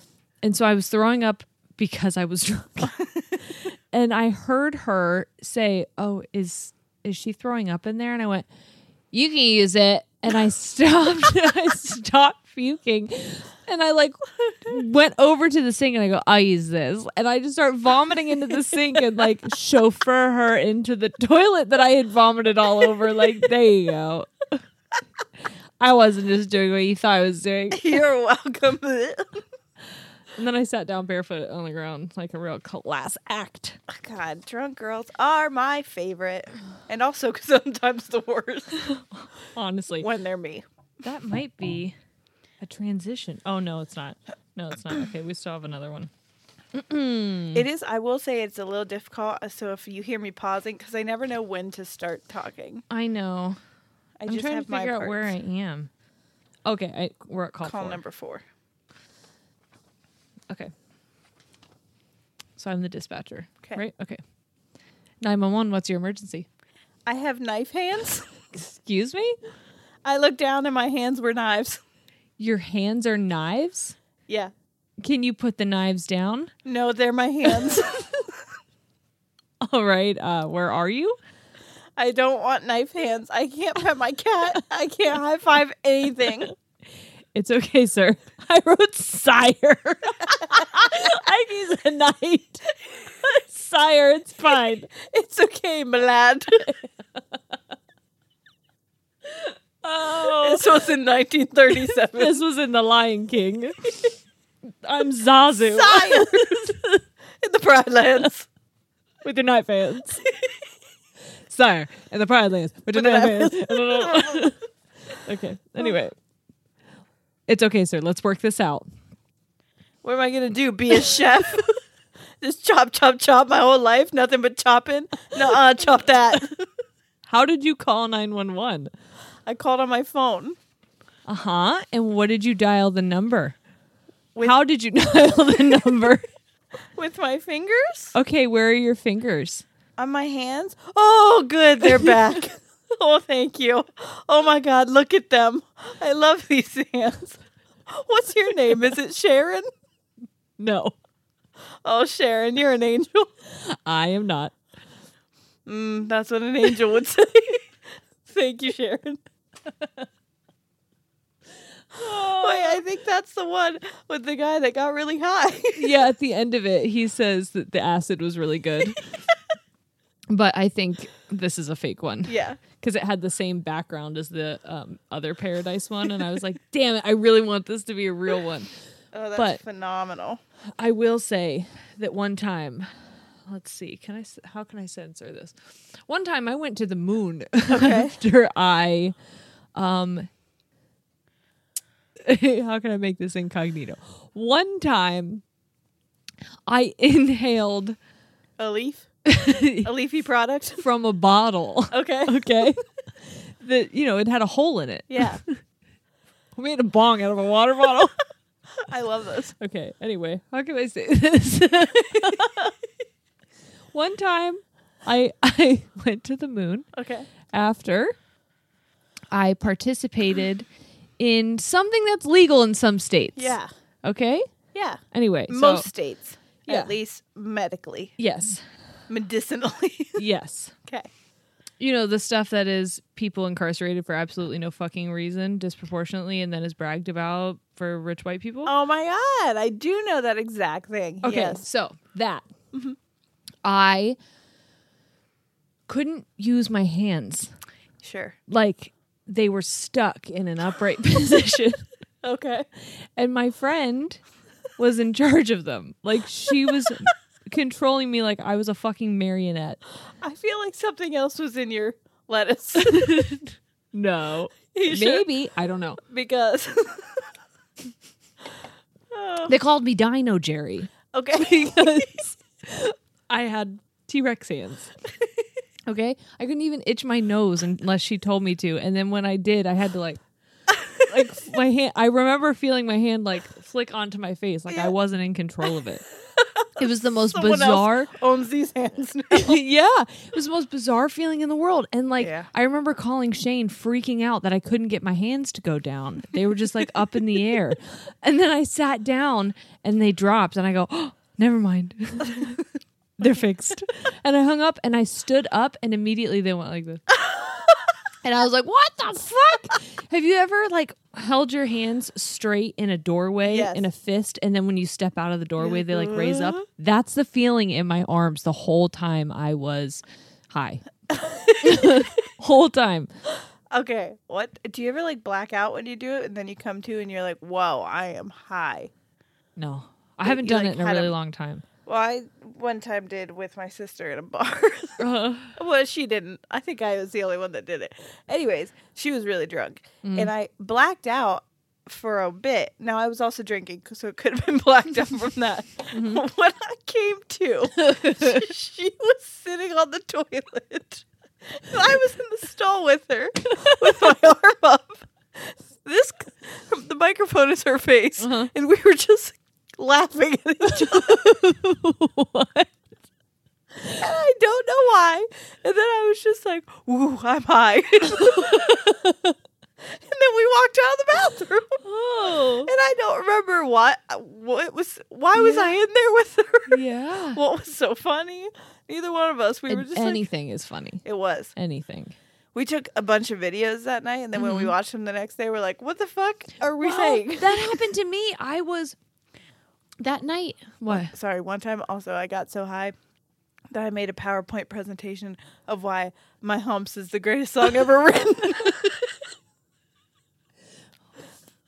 And so I was throwing up because I was drunk. and I heard her say, "Oh, is is she throwing up in there?" And I went, "You can use it." And I stopped. I stopped fuking, and I like went over to the sink and I go, "I use this," and I just start vomiting into the sink and like chauffeur her into the toilet that I had vomited all over. Like there you go. I wasn't just doing what you thought I was doing. You're welcome. And then I sat down barefoot on the ground like a real class act. God, drunk girls are my favorite, and also 'cause sometimes the worst Honestly. when they're me. That might be a transition. Oh no, it's not. No, it's not. Okay, we still have another one. Mm. It is. I will say it's a little difficult. uh, So if you hear me pausing, because I never know when to start talking. I know. I I am just trying have to figure my out where I parts. am. Okay, I, we're at call, call four. number four. Okay. So I'm the dispatcher. 'Kay. Right? Okay. 911, what's your emergency? I have knife hands. Excuse me? I looked down and my hands were knives. Your hands are knives? Yeah. Can you put the knives down? No, they're my hands. All right. Uh, where are you? I don't want knife hands. I can't pet my cat. I can't high five anything. It's okay, sir. I wrote sire. I use a knight. sire, it's fine. It's okay, my lad. Oh, This was in 1937. this was in The Lion King. I'm Zazu Sire in the Pride Lands. with your knife hands. Sire and the Pride Lands with your knife hands. okay, anyway. It's okay, sir. Let's work this out. What am I gonna do? Be a chef? Just chop, chop, chop my whole life? Nothing but chopping? No, uh, chop that. How did you call 911? I called on my phone. Uh huh. And what did you dial the number? With- How did you dial the number? With my fingers? Okay, where are your fingers? On my hands? Oh, good, they're back. oh, thank you. Oh my God, look at them. I love these hands. What's your name? Is it Sharon? No, Oh, Sharon, you're an angel. I am not. Mm, that's what an angel would say. Thank you, Sharon. Wait, I think that's the one with the guy that got really high. Yeah, at the end of it, he says that the acid was really good. but I think this is a fake one yeah. because it had the same background as the um, other Paradise one. And I was like, damn it, I really want this to be a real one. Oh, that's But- phenomenal. I will say that one time let's see. Can I? s- How can I censor this? One time I went to the moon after I, um, how can I make this incognito? One time I inhaled A leaf? a leafy product? from a bottle. Okay. Okay. That you know, it had a hole in it. Yeah. We made a bong out of a water bottle. I love this. Okay. Anyway, how can I say this? One time, I I went to the moon Okay. after I participated in something that's legal in some states. Yeah. Okay. Yeah. Anyway, so- Most states. Yeah. At least medically. yes. Medicinally. Yes. okay. You know the stuff that is people incarcerated for absolutely no fucking reason, disproportionately, and then is bragged about for rich white people. Oh my god. I do know that exact thing. Okay, Yes. so that I couldn't use my hands. Sure. Like they were stuck in an upright position. Okay. And my friend was in charge of them. Like she was controlling me like I was a fucking marionette. I feel like something else was in your lettuce. No. You sure? Maybe. I don't know. because They called me Dino Jerry Okay. because I had T Rex hands. Okay? I couldn't even itch my nose unless she told me to. And then when I did, I had to like like my hand I remember feeling my hand like flick onto my face like I wasn't in control of it. It was the most Someone else bizarre owns these hands now. yeah. It was the most bizarre feeling in the world. And like Yeah. I remember calling Shane freaking out that I couldn't get my hands to go down. They were just like up in the air. And then I sat down and they dropped and I go, oh, never mind. They're fixed. And I hung up and I stood up and immediately they went like this. And I was like, what the fuck? Have you ever like held your hands straight in a doorway Yes. in a fist and then when you step out of the doorway they like raise up? Mm-hmm. That's the feeling in my arms the whole time I was high. whole time. Okay. What do you ever like black out when you do it and then you come to and you're like, "Whoa, I am high." No. I haven't you, done it like, in a had really a- long time. Well, I one time did with my sister at a bar. Uh, well, she didn't. I think I was the only one that did it. Anyways, she was really drunk and I blacked out for a bit. Now, I was also drinking, so it could have been blacked out from that. When I came to, she, she was sitting on the toilet. And I was in the stall with her with my arm up. This the microphone is her face, Uh-huh. and we were just laughing at each other. what? And I don't know why. And then I was just like, "Ooh, I'm high." and then we walked out of the bathroom. oh. And I don't remember why. What was? Why was I in there with her? Yeah. What was so funny? Neither one of us. We were And just like, anything is funny. it was. Anything. We took a bunch of videos that night, and then when we watched them the next day, we're like, "What the fuck are we saying?" Oh, that happened to me. I was that night. What? Sorry. One time, also, I got so high that I made a PowerPoint presentation of why "My Humps" is the greatest song ever written.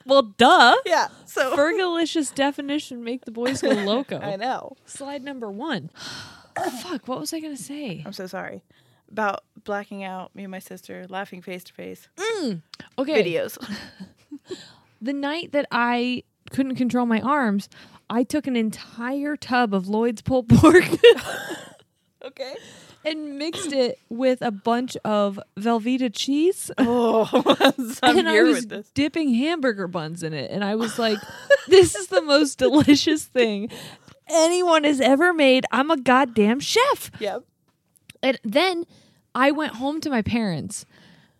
Well, duh. yeah. So Fergalicious definition make the boys go loco. I know. Slide number one. Oh, Fuck, what was I gonna say? I'm so sorry about blacking out. Me and my sister laughing face to face. Okay. Videos. The night that I couldn't control my arms, I took an entire tub of Lloyd's pulled pork okay. and mixed it with a bunch of Velveeta cheese. Oh, I'm and I here was with this. dipping hamburger buns in it. And I was like, this is the most delicious thing anyone has ever made. I'm a goddamn chef. Yep. And then I went home to my parents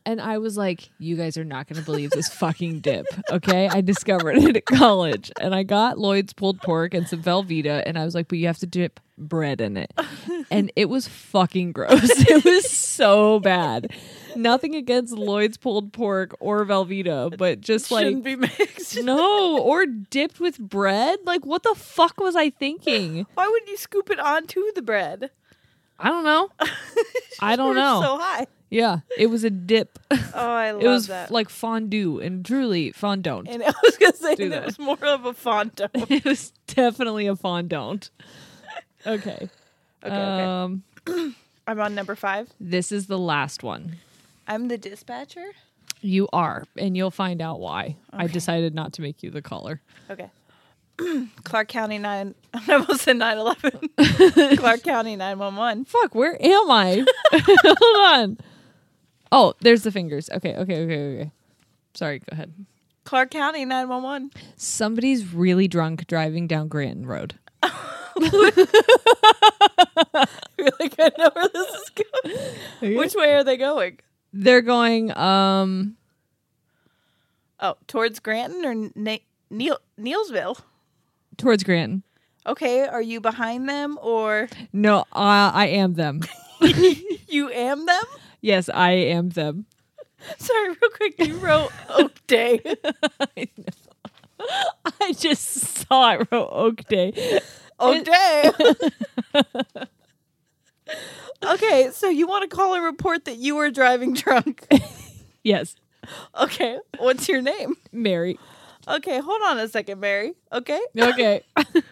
and I was like, you guys are not going to believe this fucking dip. Okay. I discovered it at college and I got Lloyd's pulled pork and some Velveeta. And I was like, but you have to dip bread in it. And it was fucking gross. It was so bad. Nothing against Lloyd's pulled pork or Velveeta, but just like. Shouldn't be mixed. No, or dipped with bread? Like, what the fuck was I thinking? Why wouldn't you scoop it onto the bread? I don't know. I don't We're know. So high. Yeah, it was a dip. Oh, I love it was that. like fondue and truly fondant. and I was gonna say Do that that. it was more of a fondant. it was definitely a fondant. Okay. Okay, okay. Um, I'm on number five. This is the last one. I'm the dispatcher. You are, and you'll find out why. I decided not to make you the caller. Okay. Clark County nine. I almost said nine eleven. Clark County nine one one. Fuck, where am I? Hold on. Oh, there's the fingers. Okay, okay, okay, okay. Sorry, go ahead. Clark County nine one one. Somebody's really drunk driving down Granton Road. Like I know where this is going. Which way are they going? They're going, um, Oh, towards Granton or Na- Neil- Nielsville? towards Granton. Okay, are you behind them or No, uh, I am them. you am them? Yes, I am them. Sorry, real quick. You wrote oh, Oak Day. I just saw it wrote Oak Day. Oak Day. okay, so you want to call and report that you were driving drunk. Yes, Okay, what's your name? Mary. Okay, hold on a second, Mary. Okay, Okay.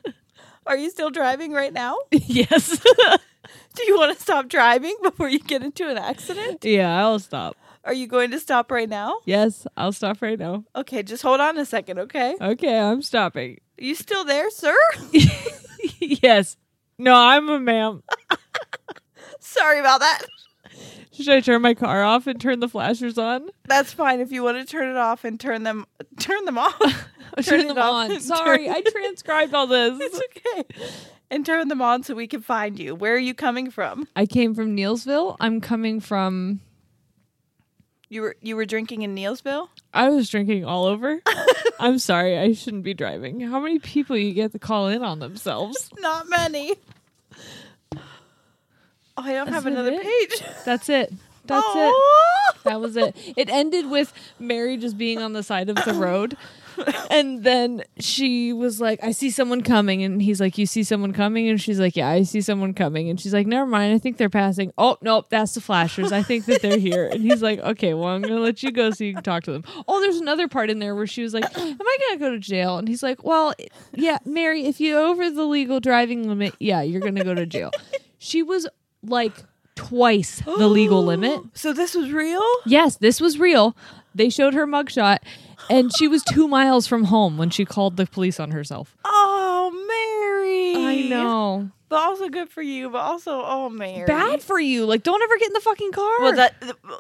are you still driving right now? yes. Do you want to stop driving before you get into an accident? yeah, I'll stop. Are you going to stop right now? Yes, I'll stop right now. Okay, just hold on a second, okay? Okay, I'm stopping. Are you still there, sir? yes. No, I'm a ma'am. Sorry about that. Should I turn my car off and turn the flashers on? That's fine if you want to turn it off and turn them turn them off. Turn it off and turn- Sorry, I transcribed all this. It's okay. And turn them on so we can find you. Where are you coming from? I came from Nielsville. I'm coming from. You were you were drinking in Nielsville? I was drinking all over. I'm sorry, I shouldn't be driving. How many people you get to call in on themselves? Not many. Oh, I don't have Isn't another it? page. That's it. That's it. Aw. That was it. It ended with Mary just being on the side of the road. And then she was like, I see someone coming. And he's like, You see someone coming? And she's like, Yeah, I see someone coming. And she's like, Never mind. I think they're passing. Oh, nope. That's the flashers. I think that they're here. And he's like, Okay, well, I'm going to let you go so you can talk to them. Oh, there's another part in there where she was like, Am I going to go to jail? And he's like, Well, yeah, Mary, if you're over the legal driving limit, yeah, you're going to go to jail. She was like twice the legal limit. So this was real? Yes, this was real. They showed her mugshot, and she was two miles from home when she called the police on herself. Oh, Mary. I know. But also good for you, but also oh Mary. Bad for you. Like, don't ever get in the fucking car. Well that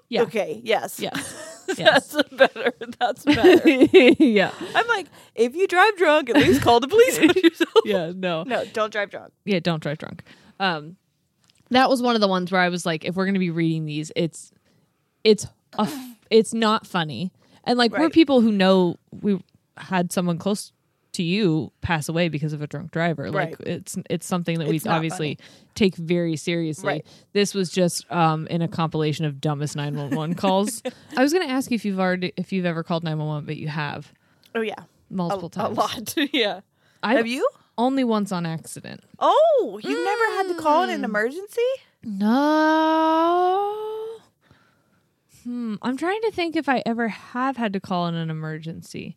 Yeah. okay, yes. Yes. That's better. That's better. yeah. I'm like, if you drive drunk, at least call the police on yourself. Yeah. No. No, don't drive drunk. Yeah. Don't drive drunk. Um, that was one of the ones where I was like, if we're gonna be reading these, it's, it's a, f- it's not funny, and like we're Right. people who know we had someone close to you pass away because of a drunk driver. Like Right. it's it's something that we It's not obviously take very seriously. Right. This was just um, in a compilation of dumbest nine one one calls. I was gonna ask you if you've already if you've ever called nine one one, but you have Oh yeah. multiple a times. lot. yeah. I've Have you? Only once on accident. Oh, you never had to call in an emergency? No. Hmm. I'm trying to think if I ever have had to call in an emergency.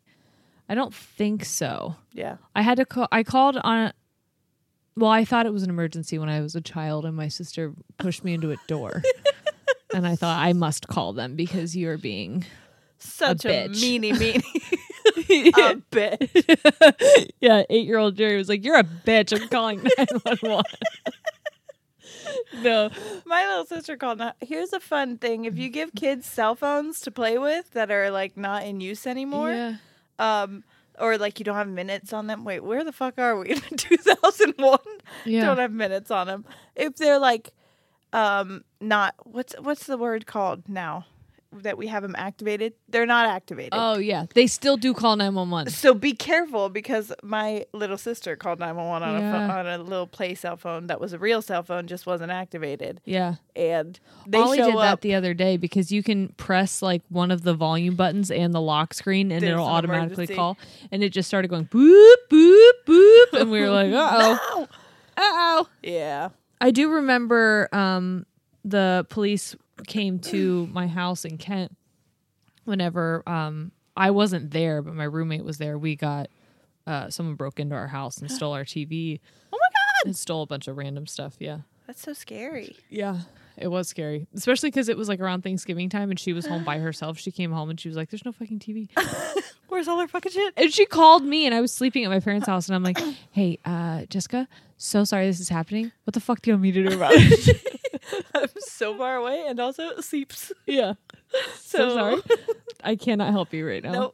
I don't think so. Yeah. I had to call. I called on. Well, I thought it was an emergency when I was a child, and my sister pushed me into a door, and I thought I must call them because you are being. Such a, bitch. meanie meanie. a bitch. yeah, eight-year-old Jerry was like, "You're a bitch." I'm calling nine one one. No, My little sister called. Now, here's a fun thing: if you give kids cell phones to play with that are like not in use anymore, Yeah. um, or like you don't have minutes on them. Wait, where the fuck are we in 2001? Yeah. Don't have minutes on them. If they're like, um, not what's what's the word called now that we have them activated? They're not activated. Oh yeah, they still do call nine one one. So be careful because my little sister called 911 on, a Yeah. pho- on a little play cell phone that was a real cell phone, just wasn't activated. Yeah. And they Ollie show did up. that the other day because you can press like one of the volume buttons and the lock screen and There's it'll an automatically emergency. call. And it just started going boop, boop, boop. And we were like, uh oh. Uh oh. yeah. I do remember um, the police came to my house in Kent whenever um, I wasn't there, but my roommate was there. We got uh, someone broke into our house and stole our TV. Oh my God. And stole a bunch of random stuff. Yeah. That's so scary. Yeah. It was scary, especially because it was like around Thanksgiving time and she was home by herself. She came home and she was like, There's no fucking TV. Where's all our fucking shit? And she called me and I was sleeping at my parents' house and I'm like, Hey, uh, Jessica, so sorry this is happening. What the fuck do you want me to do about it? I'm so far away and also sleeps. yeah. So, So- sorry. I cannot help you right now. No,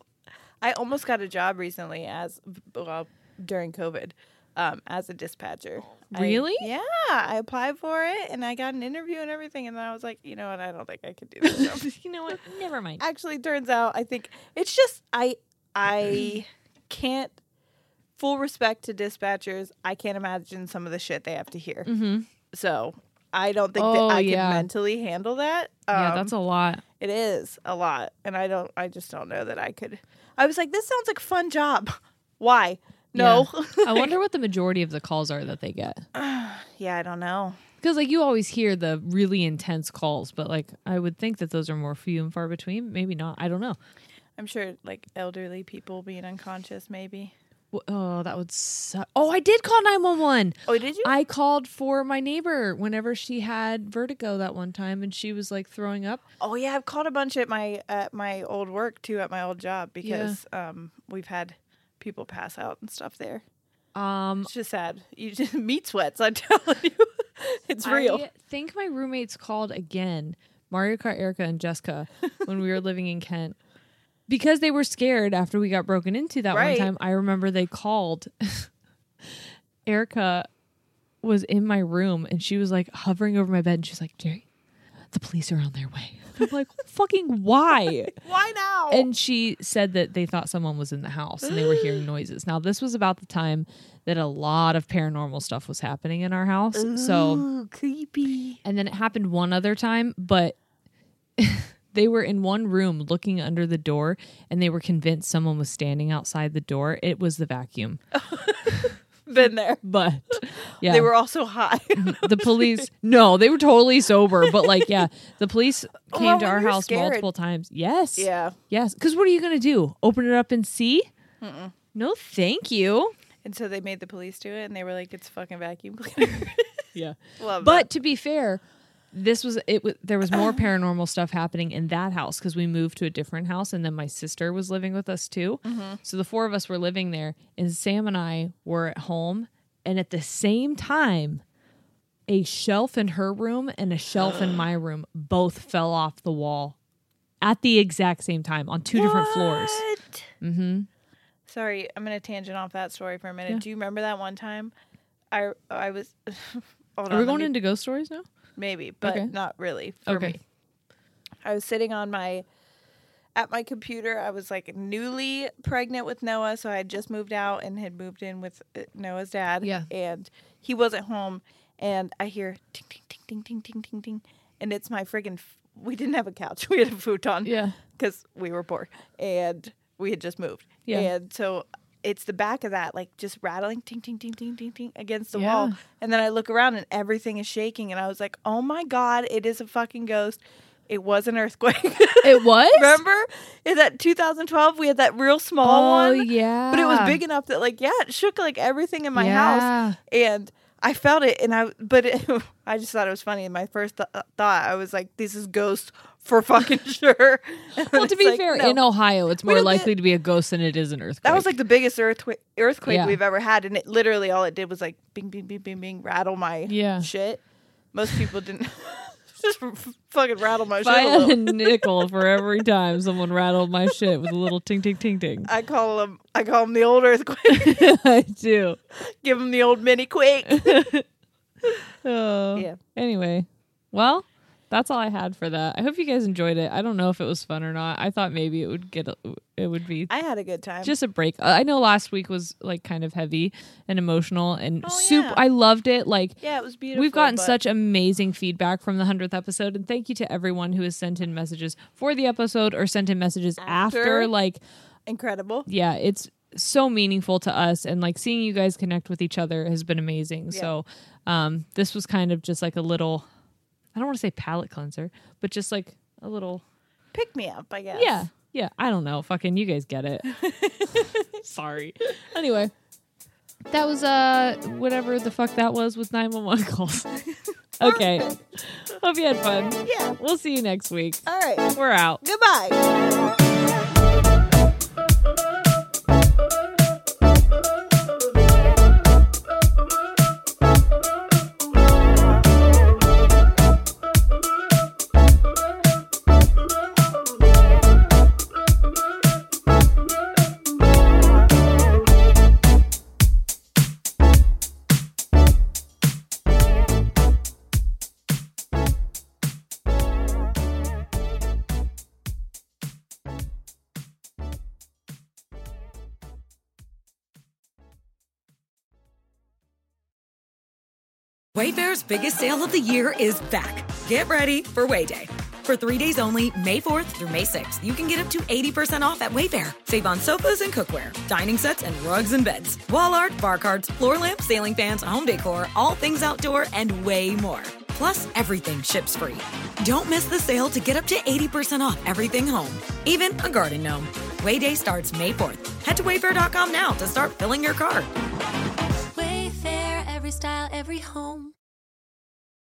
I almost got a job recently as well during COVID um, as a dispatcher. I- Really? yeah, I applied for it and I got an interview and everything, and then I was like, you know what? I don't think I could do this. job." You know what? Never mind. Actually, turns out I think it's just I I can't. Full respect to dispatchers. I can't imagine some of the shit they have to hear. Mhm. So I don't think Oh, that I yeah. can mentally handle that. yeah, Um, that's a lot. it is a lot, and I don't. I just don't know that I could. I was like, this sounds like a fun job. Why? No. Yeah. I wonder what the majority of the calls are that they get. yeah, I don't know. Because like you always hear the really intense calls, but like I would think that those are more few and far between. Maybe not. I don't know. I'm sure like elderly people being unconscious, maybe. Wh- Oh, that would suck. Oh, I did call nine one one. Oh, did you? I called for my neighbor whenever she had vertigo that one time, and she was like throwing up. oh yeah, I've called a bunch at my at my old work too, at my old job because um we've had people pass out and stuff there. Um, It's just sad. You just meat sweats. I'm telling you, it's real. I think my roommates called again, Mario Kart Erica and Jessica, when we were living in Kent. Because they were scared after we got broken into that Right. one time, I remember they called. Erica was in my room and she was like hovering over my bed and she's like, Jerry, the police are on their way. I'm like, fucking why? Why now? And she said that they thought someone was in the house and they were hearing noises. Now, this was about the time that a lot of paranormal stuff was happening in our house. So Ooh, creepy. and then it happened one other time, but they were in one room looking under the door and they were convinced someone was standing outside the door. It was the vacuum. Been there. But yeah. They were also high. the police no, they were totally sober, but like yeah, the police came Well, to Oh, when our you're house scared. multiple times. Yes. yeah. Yes, cuz what are you going to do? Open it up and see? No, thank you. And so they made the police do it, and they were like, "It's a fucking vacuum cleaner." Yeah. Love But to be fair, this was it. Was, there was more paranormal stuff happening in that house because we moved to a different house, and then my sister was living with us too. Mm-hmm. So the four of us were living there, and Sam and I were at home, and at the same time, a shelf in her room and a shelf in my room both fell off the wall at the exact same time on two different floors. What? Mm-hmm. Sorry, I'm gonna tangent off that story for a minute. Do you remember that one time? I I was. hold Are on, we let going me- into ghost stories now? maybe, but Okay. not really for Okay. me. I was sitting on my at my computer. I was like newly pregnant with Noah, so I had just moved out and had moved in with uh, Noah's dad. Yeah. and he wasn't home, and I hear ting ting ting ting ting ting ting ting, and it's my friggin' f- we didn't have a couch. We had a futon. Yeah. because we were poor and we had just moved. Yeah. and so. It's the back of that, like just rattling, ting, ting, ting, ting, ting, ting, against the Yeah. wall. And then I look around and everything is shaking. And I was like, oh my God, it is a fucking ghost. It was an earthquake. It was. Remember? In that 2012, we had that real small Oh one, yeah, But it was big enough that, like, yeah, it shook like everything in my Yeah. house. And I felt it. And I, but it, I just thought it was funny. And my first th- uh, thought, I was like, this is ghost for fucking sure. And Well, to it's be like, fair, no. in Ohio, it's more don't likely to be a ghost than it is an earthquake. That was like the biggest earthquake earthquake Yeah. we've ever had, and it literally all it did was like bing bing bing bing bing rattle my Yeah. shit. Most people didn't just f- fucking rattle my shit. If I a had a little. nickel for every time someone rattled my shit with a little ting ting ting ting. I call them I call them the old earthquake. I do. Give them the old mini quake. Oh. Yeah. Anyway, well, that's all I had for that. I hope you guys enjoyed it. I don't know if it was fun or not. I thought maybe it would get a, it would be I had a good time. just a break. I I know last week was like kind of heavy and emotional and Oh, soup. yeah. I loved it. Like yeah, it was beautiful. We've gotten but- such amazing feedback from the 100th episode. And thank you to everyone who has sent in messages for the episode or sent in messages after. After. Like, incredible. yeah, it's so meaningful to us. And like seeing you guys connect with each other has been amazing. So, um, this was kind of just like a little, I don't want to say palate cleanser, but just like a little, Pick me up, I guess. yeah, yeah, I don't know. Fucking, you guys get it. Sorry. Anyway. That was uh whatever the fuck that was with 911 calls. Okay. Hope you had fun. Yeah. Uh, We'll see you next week. All right. We're out. Goodbye. Wayfair's biggest sale of the year is back. Get ready for Wayday. For three days only, May 4th through May 6th, you can get up to 80% off at Wayfair. Save on sofas and cookware, dining sets and rugs and beds, wall art, bar cards, floor lamps, ceiling fans, home decor, all things outdoor, and way more. Plus, everything ships free. Don't miss the sale to get up to 80% off everything home, even a garden gnome. Wayday starts May 4th. Head to wayfair.com now to start filling your cart. Wayfair, every style, every home.